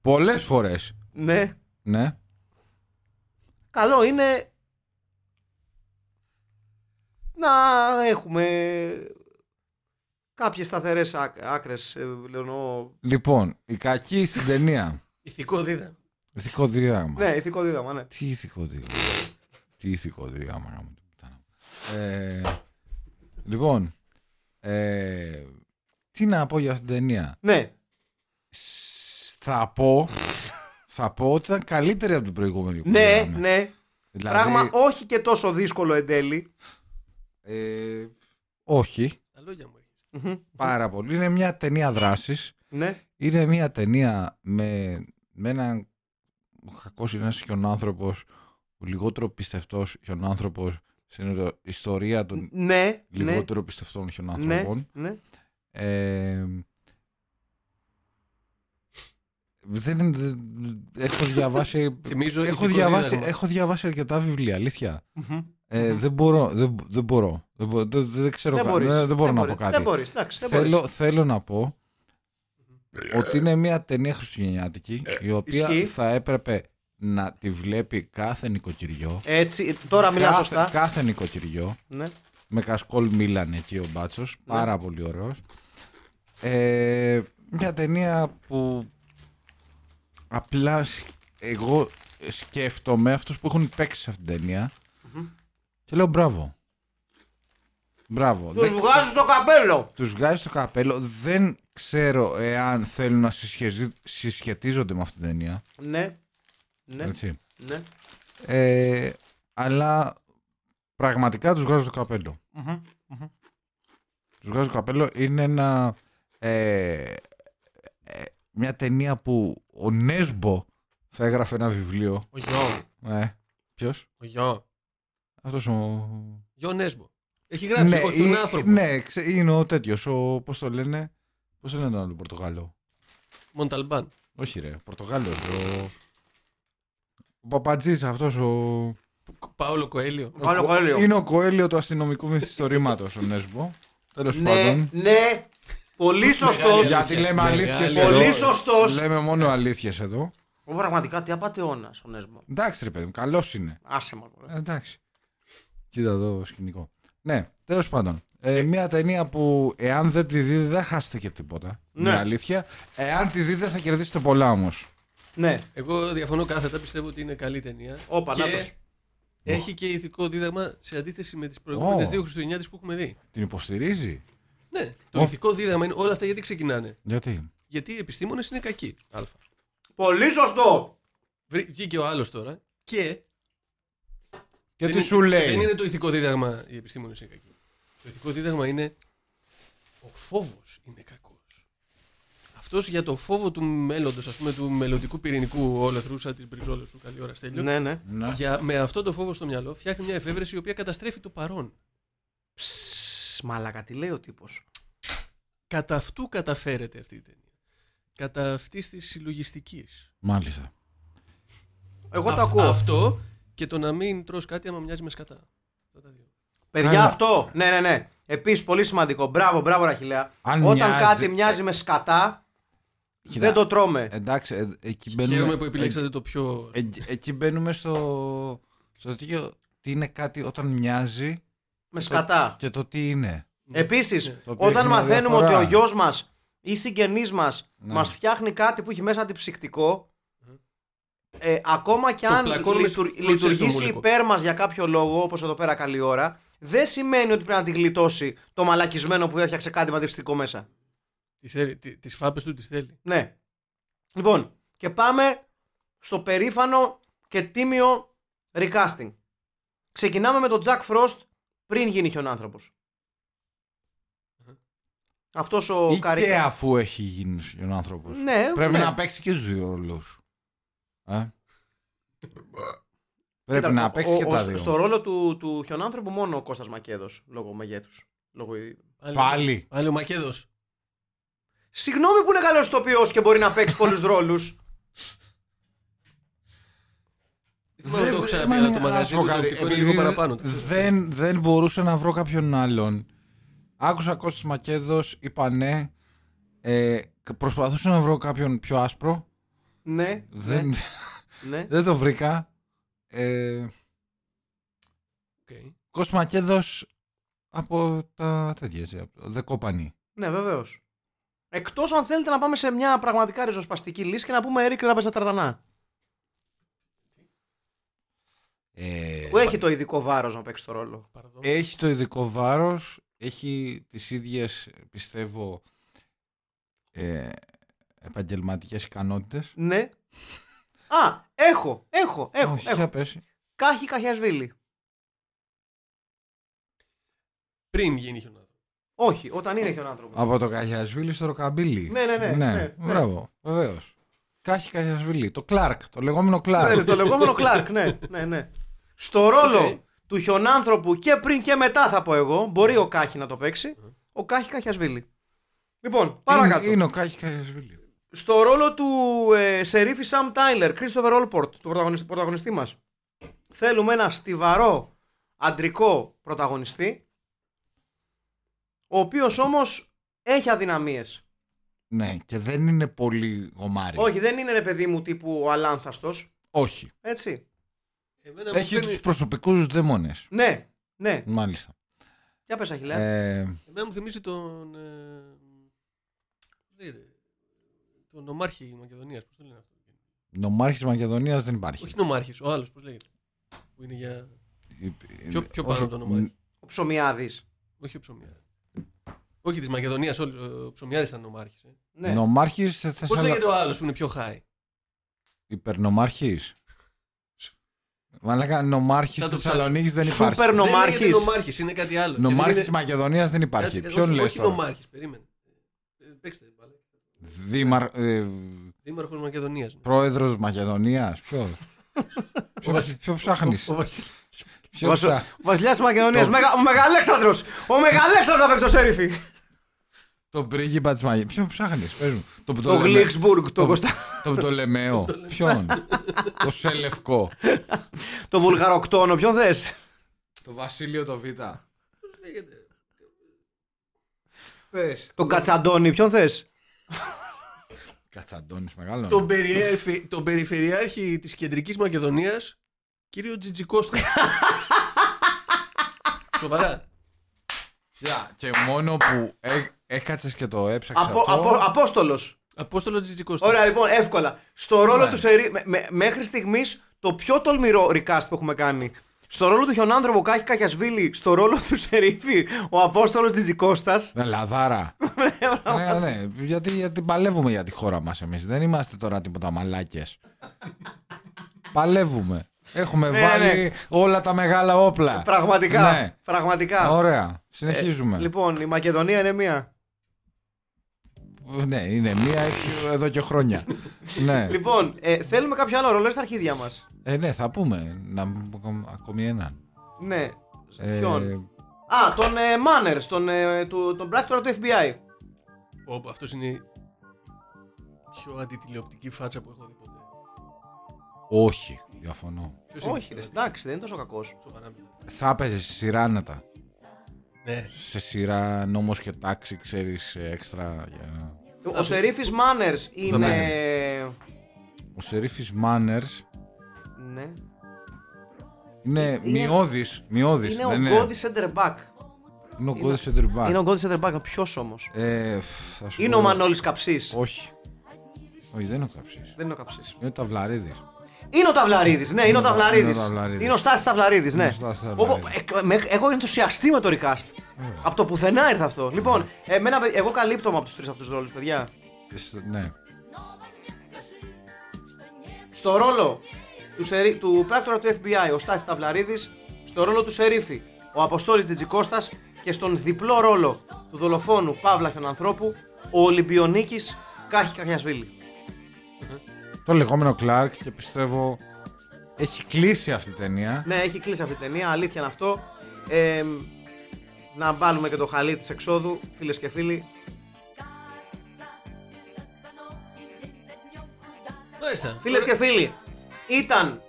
Πολλές φορές. Ναι. Ναι. Καλό είναι να έχουμε κάποιες σταθερές άκ- άκρες, ε, λέω, εννοώ, Λοιπόν, η κακή στην ταινία. Ηθικό δίδα. Ηθικό δίδαγμα. ναι, ηθικό δίδαγμα, ναι. Τι ηθικό δίδαγμα. Τι ηθικό δίδαγμα. γάμο την πουτάνα μου. Ε, λοιπόν, ε, τι να πω για αυτήν την ταινία. Ναι, Σ- Θα πω, θα πω ότι ήταν καλύτερη από την προηγούμενη. που ναι, είδαμε. ναι. Δηλαδή, Πράγμα όχι και τόσο δύσκολο εν τέλει. ε, όχι, Τα λόγια μου έχεις. Μμμ. πάρα πολύ. Είναι μια ταινία δράσης. Ναι, Είναι μια ταινία με, με έναν κακός είναι ένας χιονάνθρωπος, ο λιγότερο πιστευτός χιονάνθρωπος στην ρο- ιστορία των ναι, ναι, λιγότερο πιστευτών ναι, χιονάνθρωπων. ναι. Ε, δεν, είναι- δεν- έχω <laughs> διαβάσει, Θυμίζω έχω, ηθικό διαβάσει δίδαγμα. έχω διαβάσει αρκετά βιβλία, αλήθεια. Μμμ. Ε, δεν μπορώ, δεν, δεν μπορώ, δεν, μπο- δεν- δεν ξέρω, Δεν κα- μπορείς. ναι, δεν, δεν μπορώ να μπορείς, πω κάτι. Δεν μπορείς, εντάξει, δεν μπορείς. Θέλω, θέλω να πω ότι είναι μια ταινία χριστουγεννιάτικη η οποία Ε, Ισχύει. θα έπρεπε να τη βλέπει κάθε νοικοκυριό. Έτσι, τώρα μιλάς κάθε, σωστά. κάθε νοικοκυριό. Ναι. Με κασκόλ μίλαν εκεί ο Μπάτσος. Πάρα πολύ ωραίος. Ε, μια ταινία που απλά σ- εγώ σκέφτομαι αυτούς που έχουν παίξει σε αυτήν την ταινία και λέω μπράβο. Μπράβο. Τους βγάζεις το καπέλο. Τους βγάζει το καπέλο. Δεν ξέρω εάν θέλουν να συσχεζι- συσχετίζονται με αυτήν την ταινία. Ναι, ναι, Έτσι. ναι. Ε, αλλά πραγματικά τους βγάζω το καπέλο. Τους βγάζω το καπέλο. Είναι ένα ε, ε, μια ταινία που ο Νέσμπο θα έγραφε ένα βιβλίο. Ο Γιώ. Ε, ποιος? Ο Γιώ. Αυτός ο... Γιώ Νέσμπο. Έχει γράψει εγώ ε, τον άνθρωπο. ναι, ξε- είναι ο τέτοιος, ο, πώς το λένε, πώς το λένε τον άλλο Πορτογαλό. Μονταλμπάν. Όχι ρε, Πορτογάλος, ο... Ο Παπατζής αυτός ο... Παόλο Κοέλιο. Πάνω Ο- κοέλιο. Είναι ο Κοέλιο του αστυνομικού μυθιστορήματος ο Νέσμπο. Τέλος Ναι, πάντων. ναι, πολύ σωστό. Μεγάλη Γιατί λέμε Μεγάλη αλήθειες αλήθεια. εδώ. Πολύ σωστός. Λέμε μόνο αλήθειες εδώ. Πραγματικά τι απαταιώνας ο Νέσμο. Εντάξει ρε παιδί μου, καλός είναι. Άσε μα. ρε. Ε, Εντάξει. Κοίτα εδώ σκηνικό. Ναι, τέλος πάντων. Ε, μια ταινία που εάν δεν τη δείτε δεν χάσετε και τίποτα. Ναι. Είναι αλήθεια. Εάν τη δείτε θα κερδίσετε πολλά όμως. Ναι, Εγώ διαφωνώ κάθετα, πιστεύω ότι είναι καλή ταινία. όπα, Και να το. Έχει και ηθικό δίδαγμα σε αντίθεση με τις προηγούμενες Ω. δύο Χριστουγεννιάτες που έχουμε δει. Την υποστηρίζει. Ναι, το Ω. ηθικό δίδαγμα είναι όλα αυτά γιατί ξεκινάνε. Γιατί. Γιατί οι επιστήμονες είναι κακοί. Α. Πολύ σωστό. Βρή- Βγήκε ο άλλος τώρα και. Και δεν τι είναι- σου λέει. Δεν είναι το ηθικό δίδαγμα οι επιστήμονε είναι κακοί. Το ηθικό δίδαγμα είναι ο φόβος είναι κακός. Αυτός για το φόβο του μέλλοντος, ας πούμε, του μελλοντικού πυρηνικού ολεθρούσα τη Μπριζόλα σου. Καλή ώρα, Στέλιο. Ναι, ναι. Ναι. Για, με αυτό το φόβο στο μυαλό φτιάχνει μια εφεύρεση η οποία καταστρέφει το παρόν. Ψ, Μαλάκα, τι λέει ο τύπο. Κατά αυτού καταφέρεται αυτή η ταινία. Κατά αυτή τη συλλογιστική. Μάλιστα. Εγώ το ακούω. Αυτό και το να μην τρως κάτι άμα μοιάζει με σκατά. Αυτά τα δύο. Παιδιά, Καλά. αυτό. Ναι, ναι, ναι. Επίσης, πολύ σημαντικό. Μπράβο, μπράβο, Ραχιλέα. Αν Όταν μοιάζει- κάτι μοιάζει με σκατά, Κοίτα, δεν το τρώμε. Εντάξει, ε, εκεί Χαίρομαι μπαίνουμε. που επιλέξατε το πιο. ε, ε, εκεί μπαίνουμε στο. στο τέτοιο. Τι είναι κάτι όταν μοιάζει με σκατά. και το τι είναι. Επίσης, Ναι. Το οποίο έχει όταν μια μαθαίνουμε διαφορά. ότι ο γιος μας ή συγγενή μας Ναι. μας φτιάχνει κάτι που έχει μέσα αντιψυκτικό, ε, ακόμα και Το αν πλακώνουμε λειτουρ- στο- ξέρεις το λειτουργήσει μουλικό. υπέρ μας για κάποιο λόγο, όπως εδώ πέρα καλή ώρα, δεν σημαίνει ότι πρέπει να τη γλιτώσει το μαλακισμένο που έφτιαξε κάτι με αντιψυκτικό μέσα. Τις, έρει- τι- τις φάπες του τις θέλει. Ναι. Λοιπόν, και πάμε στο περήφανο και τίμιο recasting. Ξεκινάμε με τον Jack Frost πριν γίνει χιονάνθρωπο. Αυτός ο Ή και καρικα- αφού έχει γίνει ο άνθρωπος. Ναι, Πρέπει ναι. να παίξει και του δύο ρόλους. Ε? Κοίτα, Πρέπει να ο- παίξει ο- και ο- τα δύο. Στο ρόλο του, του χιονάνθρωπου μόνο ο Κώστας Μακέδος, λόγω μεγέθους. Λόγω... η- Πάλι. Πάλι. Πάλι ο Μακέδος. Συγγνώμη που είναι καλός τοπιός και μπορεί να παίξει <laughs> πολλούς ρόλους. Δεν το έχω ξαναπεί, μα, αλλά ναι, το μαγαζί να σου του πω κάτι, τοπικό είναι επειδή λίγο παραπάνω. Δεν, δεν μπορούσα να βρω κάποιον άλλον. Άκουσα Κώστας Μακέδος, είπα ναι. Ε, προσπαθούσα να βρω κάποιον πιο άσπρο. ναι, Δεν, ναι, ναι. δεν το βρήκα. Ε, Οκ. Κώστας Μακέδος από τα τέτοια, έτσι, από το The Company. Ναι, βεβαίως. Εκτός αν θέλετε να πάμε σε μια πραγματικά ριζοσπαστική λύση και να πούμε Eric Ράμπε Ταρτανά. Ε, Που έχει το ειδικό βάρος να παίξει το ρόλο. Παραδόν. Έχει το ειδικό βάρος, έχει τις ίδιες πιστεύω ε, επαγγελματικές ικανότητες. Ναι. Α, έχω, έχω, έχω. Όχι, έχω. για πες. Κάχη Καχιασβίλη. Πριν γίνει χιονάδο. Όχι, όταν είναι χιονάνθρωπο. Από το Καχιασβίλη στο Ροκαμπίλι. Ναι, ναι, ναι, ναι, ναι, ναι. Μπράβο, βεβαίως. Κάχη Καχιασβίλη, το Κλάρκ, το λεγόμενο Κλάρκ. Ναι, το λεγόμενο Κλάρκ, ναι, ναι, ναι. Στο ρόλο Οκ. του χιονάνθρωπου και πριν και μετά θα πω εγώ. Ναι. Μπορεί ο Κάχη να το παίξει. Ο Κάχη Καχιασβίλη. Λοιπόν, παρακάτω. είναι, είναι ο Κάχη Καχιασβίλη. Στο ρόλο του ε, σερίφη Σαμ Τάιλερ, Christopher Olport, του πρωταγωνιστή, πρωταγωνιστή μας. Θέλουμε ένα στιβαρό αντρικό πρωταγωνιστή, ο οποίος όμως έχει αδυναμίες. Ναι, και δεν είναι πολύ γομάρι. Όχι, δεν είναι ρε παιδί μου τύπου ο αλάνθαστος, Όχι. έτσι. Εμένα μου Έχει φέρνει- τους προσωπικούς δαίμονες. Ναι, ναι. Μάλιστα. Για πες Αχιλέα. Ε, εμένα μου θυμίζει τον... ε, πώς λέγεται, Τον νομάρχη Μακεδονίας. Πώς το λένε αυτό. νομάρχης Μακεδονίας δεν υπάρχει. Όχι νομάρχης, ο άλλος. Πώς λέγεται. Που είναι για... Πιο- πιο πάνω Ε, Όχι, το νομάρχη. Ο Ψωμιάδης. Όχι ο Ψωμιάδης. Όχι της Μακεδονίας, ο Ψωμιάδης ήταν νομάρχης. Ε. Ναι. Νομάρχης θα Πώ σε άλλα- λέγεται ο άλλος που είναι πιο high. Υπερνομάρχης. Μαλάκα, νομάρχης Θα το Θεσσαλονίκης δεν ψάξω. υπάρχει. Σούπερ νο- Νομάρχης. Δεν λέγεται νομάρχης, είναι κάτι άλλο. Νομάρχης Και δεν Μακεδονίας δεν είναι- υπάρχει. Κάτσε, Ποιον όχι- λες Όχι τώρα. νομάρχης, περίμενε. Ε, Παίξτε μπάλα. Δήμαρ, ε, Δήμαρχος Μακεδονίας. πρόεδρος Μακεδονίας, <laughs> ποιος. ποιο, ποιος ψάχνεις. Ποιο ψά- Βασιλιάς τη Μακεδονία. Ο Μεγαλέξανδρος! Ο Μεγαλέξανδρος παίξει το σέριφι. Τον πρίγκιπα της Μακεδονίας. Ποιον ψάχνεις, πες μου. Τον Το Πτολεμέ- Γλίξμπουργκ, το τον- Κωνστα- Τον Πτολεμαίο. Ποιον. Το Σελευκό. το Βουλγαροκτόνο, ποιον θες. Το Βασίλειο το Β. Πες. Τον Κατσαντώνη, ποιον θες. Κατσαντώνης μεγάλο. Τον, περιέφη- τον περιφερειάρχη της κεντρικής Μακεδονίας, κύριο Τζιτζικώστα. Σοβαρά. Γεια. Και μόνο που έ, έκατσες και το έψαξα Απο, αυτό, απο, Απόστολος. Απόστολο Τζιτζικώστα. Ωραία, λοιπόν, εύκολα. Στο ρόλο Ναι. του σερί. με- με- μέχρι στιγμής το πιο τολμηρό recast που έχουμε κάνει. Στο ρόλο του Χιονάνδρου Βοκάκη Κακιασβίλη, στο ρόλο του Σερίφη, ο Απόστολος Τζιτζικώστα. Ναι, λαδάρα. ναι, ναι, γιατί, γιατί παλεύουμε για τη χώρα μας εμείς. Δεν είμαστε τώρα τίποτα μαλάκες. παλεύουμε. Έχουμε Ναι, βάλει ναι. όλα τα μεγάλα όπλα. Πραγματικά. Ε, Ναι. Πραγματικά. Ωραία. ναι. Συνεχίζουμε. Λοιπόν, η Μακεδονία είναι μία. Ναι, είναι μία έχει εδώ και <laughs> χρόνια. ναι. Λοιπόν, ε, θέλουμε κάποιο άλλο ρόλο στα αρχίδια μας. Ε, ναι, θα πούμε. Να πούμε ακόμη- ακόμη έναν. Ναι. Ε, Ποιον. Α, τον ε, Manners, τον, ε, του, τον πράκτορα του FBI. Ωπα, αυτός είναι η πιο αντιτηλεοπτική φάτσα που έχω δει ποτέ. όχι, διαφωνώ. Ποιος είναι Όχι, πιο ρε, αντιτηλεοπτική, εντάξει, δεν είναι τόσο κακός. Σοβαρά μιλάω. Θα έπαιζε σε σειρά άνετα. Ναι. Σε σειρά νόμος και τάξη, ξέρεις, ε, έξτρα. για να- Ο Σερίφη Manners είναι. Ο Σερίφης Μάνερς Ναι. είναι μειώδης. μειώδης, Ε, Είναι δεν ο είναι. Γκώδη center back. Είναι ο Γκώδης Σεντριμπά. Είναι ο Γκώδη center back, ποιος όμως. Ε, φ, θα σου Είναι πω- ο Μανώλης Καψής. Όχι. Όχι, δεν είναι ο Καψής. Δεν είναι ο Καψής. Είναι ο Ταυλαρίδης. Είναι ο Ταυλαρίδης, ναι, είναι ο Είναι ο- Ταυλαρίδης. είναι ο Ταυλαρίδης. Είναι ο Στάθη Ταυλαρίδης, ναι. ο Στάθης Όπου- Ταυλαρίδης. εκ- με- Εγώ ενθουσιαστεί με το recast. Από το πουθενά ήρθε αυτό. Λοιπόν, εμένα, παι- εγώ καλύπτομαι από τους τρεις αυτούς ρόλους, παιδιά. Ε, Ναι. Στο ρόλο του, σερί... του πράκτορα του FBI, ο Στάθης Ταυλαρίδης, στο ρόλο του Σερίφη, ο Αποστόλης Τζιτζικώστας και στον διπλό ρόλο του δολοφόνου Παύλα Χιονανθρώπου, ο Ολυμπιονίκης Κάχη Καχιασβίλη. Το λεγόμενο Κλάρκ και πιστεύω έχει κλείσει αυτή η ταινία. Ναι, έχει κλείσει αυτή η ταινία, αλήθεια είναι αυτό. Ε, να βάλουμε και το χαλί της εξόδου, φίλες και φίλοι. Μάλιστα. Φίλες και φίλοι, ήταν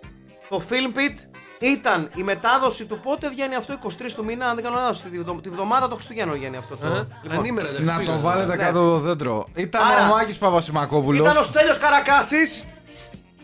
το Film Pit, ήταν η μετάδοση του πότε βγαίνει αυτό 23 του μήνα, αν δεν κάνω λάθος, τη βδο- τη βδομάδα των Χριστουγέννων βγαίνει αυτό. Το... Λοιπόν, Α, Ε, Ανήμερα τα λοιπόν, Να το Χριστούγεννα. βάλετε Ναι. κάτω από το δέντρο. Ήταν Άρα- ο Μάκης Παπασημακόπουλος. Ήταν ο Στέλιος Καρακάσης.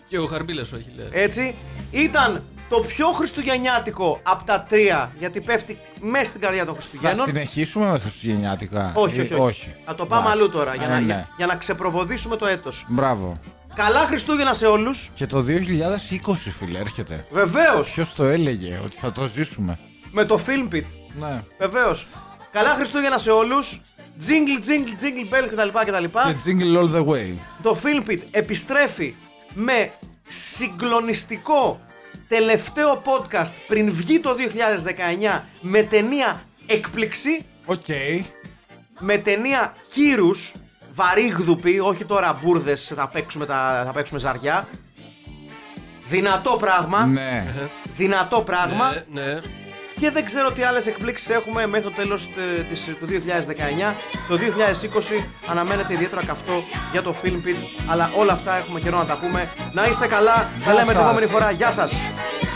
Και ο Χαρμπίλας ο Ε, Αχιλέας. Έτσι. Ήταν το πιο χριστουγεννιάτικο από τα τρία, γιατί πέφτει μέσα στην καρδιά των Θα Χριστουγέννων. συνεχίσουμε με Χριστουγεννιάτικα. Όχι, Ε, όχι, όχι. Θα το πάμε Μπράβο. αλλού τώρα, για Ε, να, ναι. για, για να ξεπροβοδίσουμε το έτος. Μπράβο. Καλά Χριστούγεννα σε όλους. Και το 2020, φίλε, έρχεται. Βεβαίως. Ποιος το έλεγε ότι θα το ζήσουμε. Με το Filmpit. Ναι. Βεβαίως. Καλά Χριστούγεννα σε όλους. Jingle, jingle, jingle bell κτλ. κτλ. Και jingle all the way. Το Filmpit επιστρέφει με συγκλονιστικό τελευταίο podcast πριν βγει το 2019 με ταινία εκπληξή Οκ. με ταινία κύρους, βαρύγδουπη, όχι τώρα μπουρδες, θα, παίξουμε τα- θα παίξουμε ζαριά. Δυνατό πράγμα. Ναι. Δυνατό πράγμα. Ναι, ναι. Και δεν ξέρω τι άλλες εκπλήξεις έχουμε μέχρι το τέλος του 2019. Το 2020 αναμένεται ιδιαίτερα καυτό για το Film Pit. Αλλά όλα αυτά έχουμε καιρό να τα πούμε. Να είστε καλά. Τα Γεια λέμε την σας. επόμενη φορά. Γεια σας. Antonia,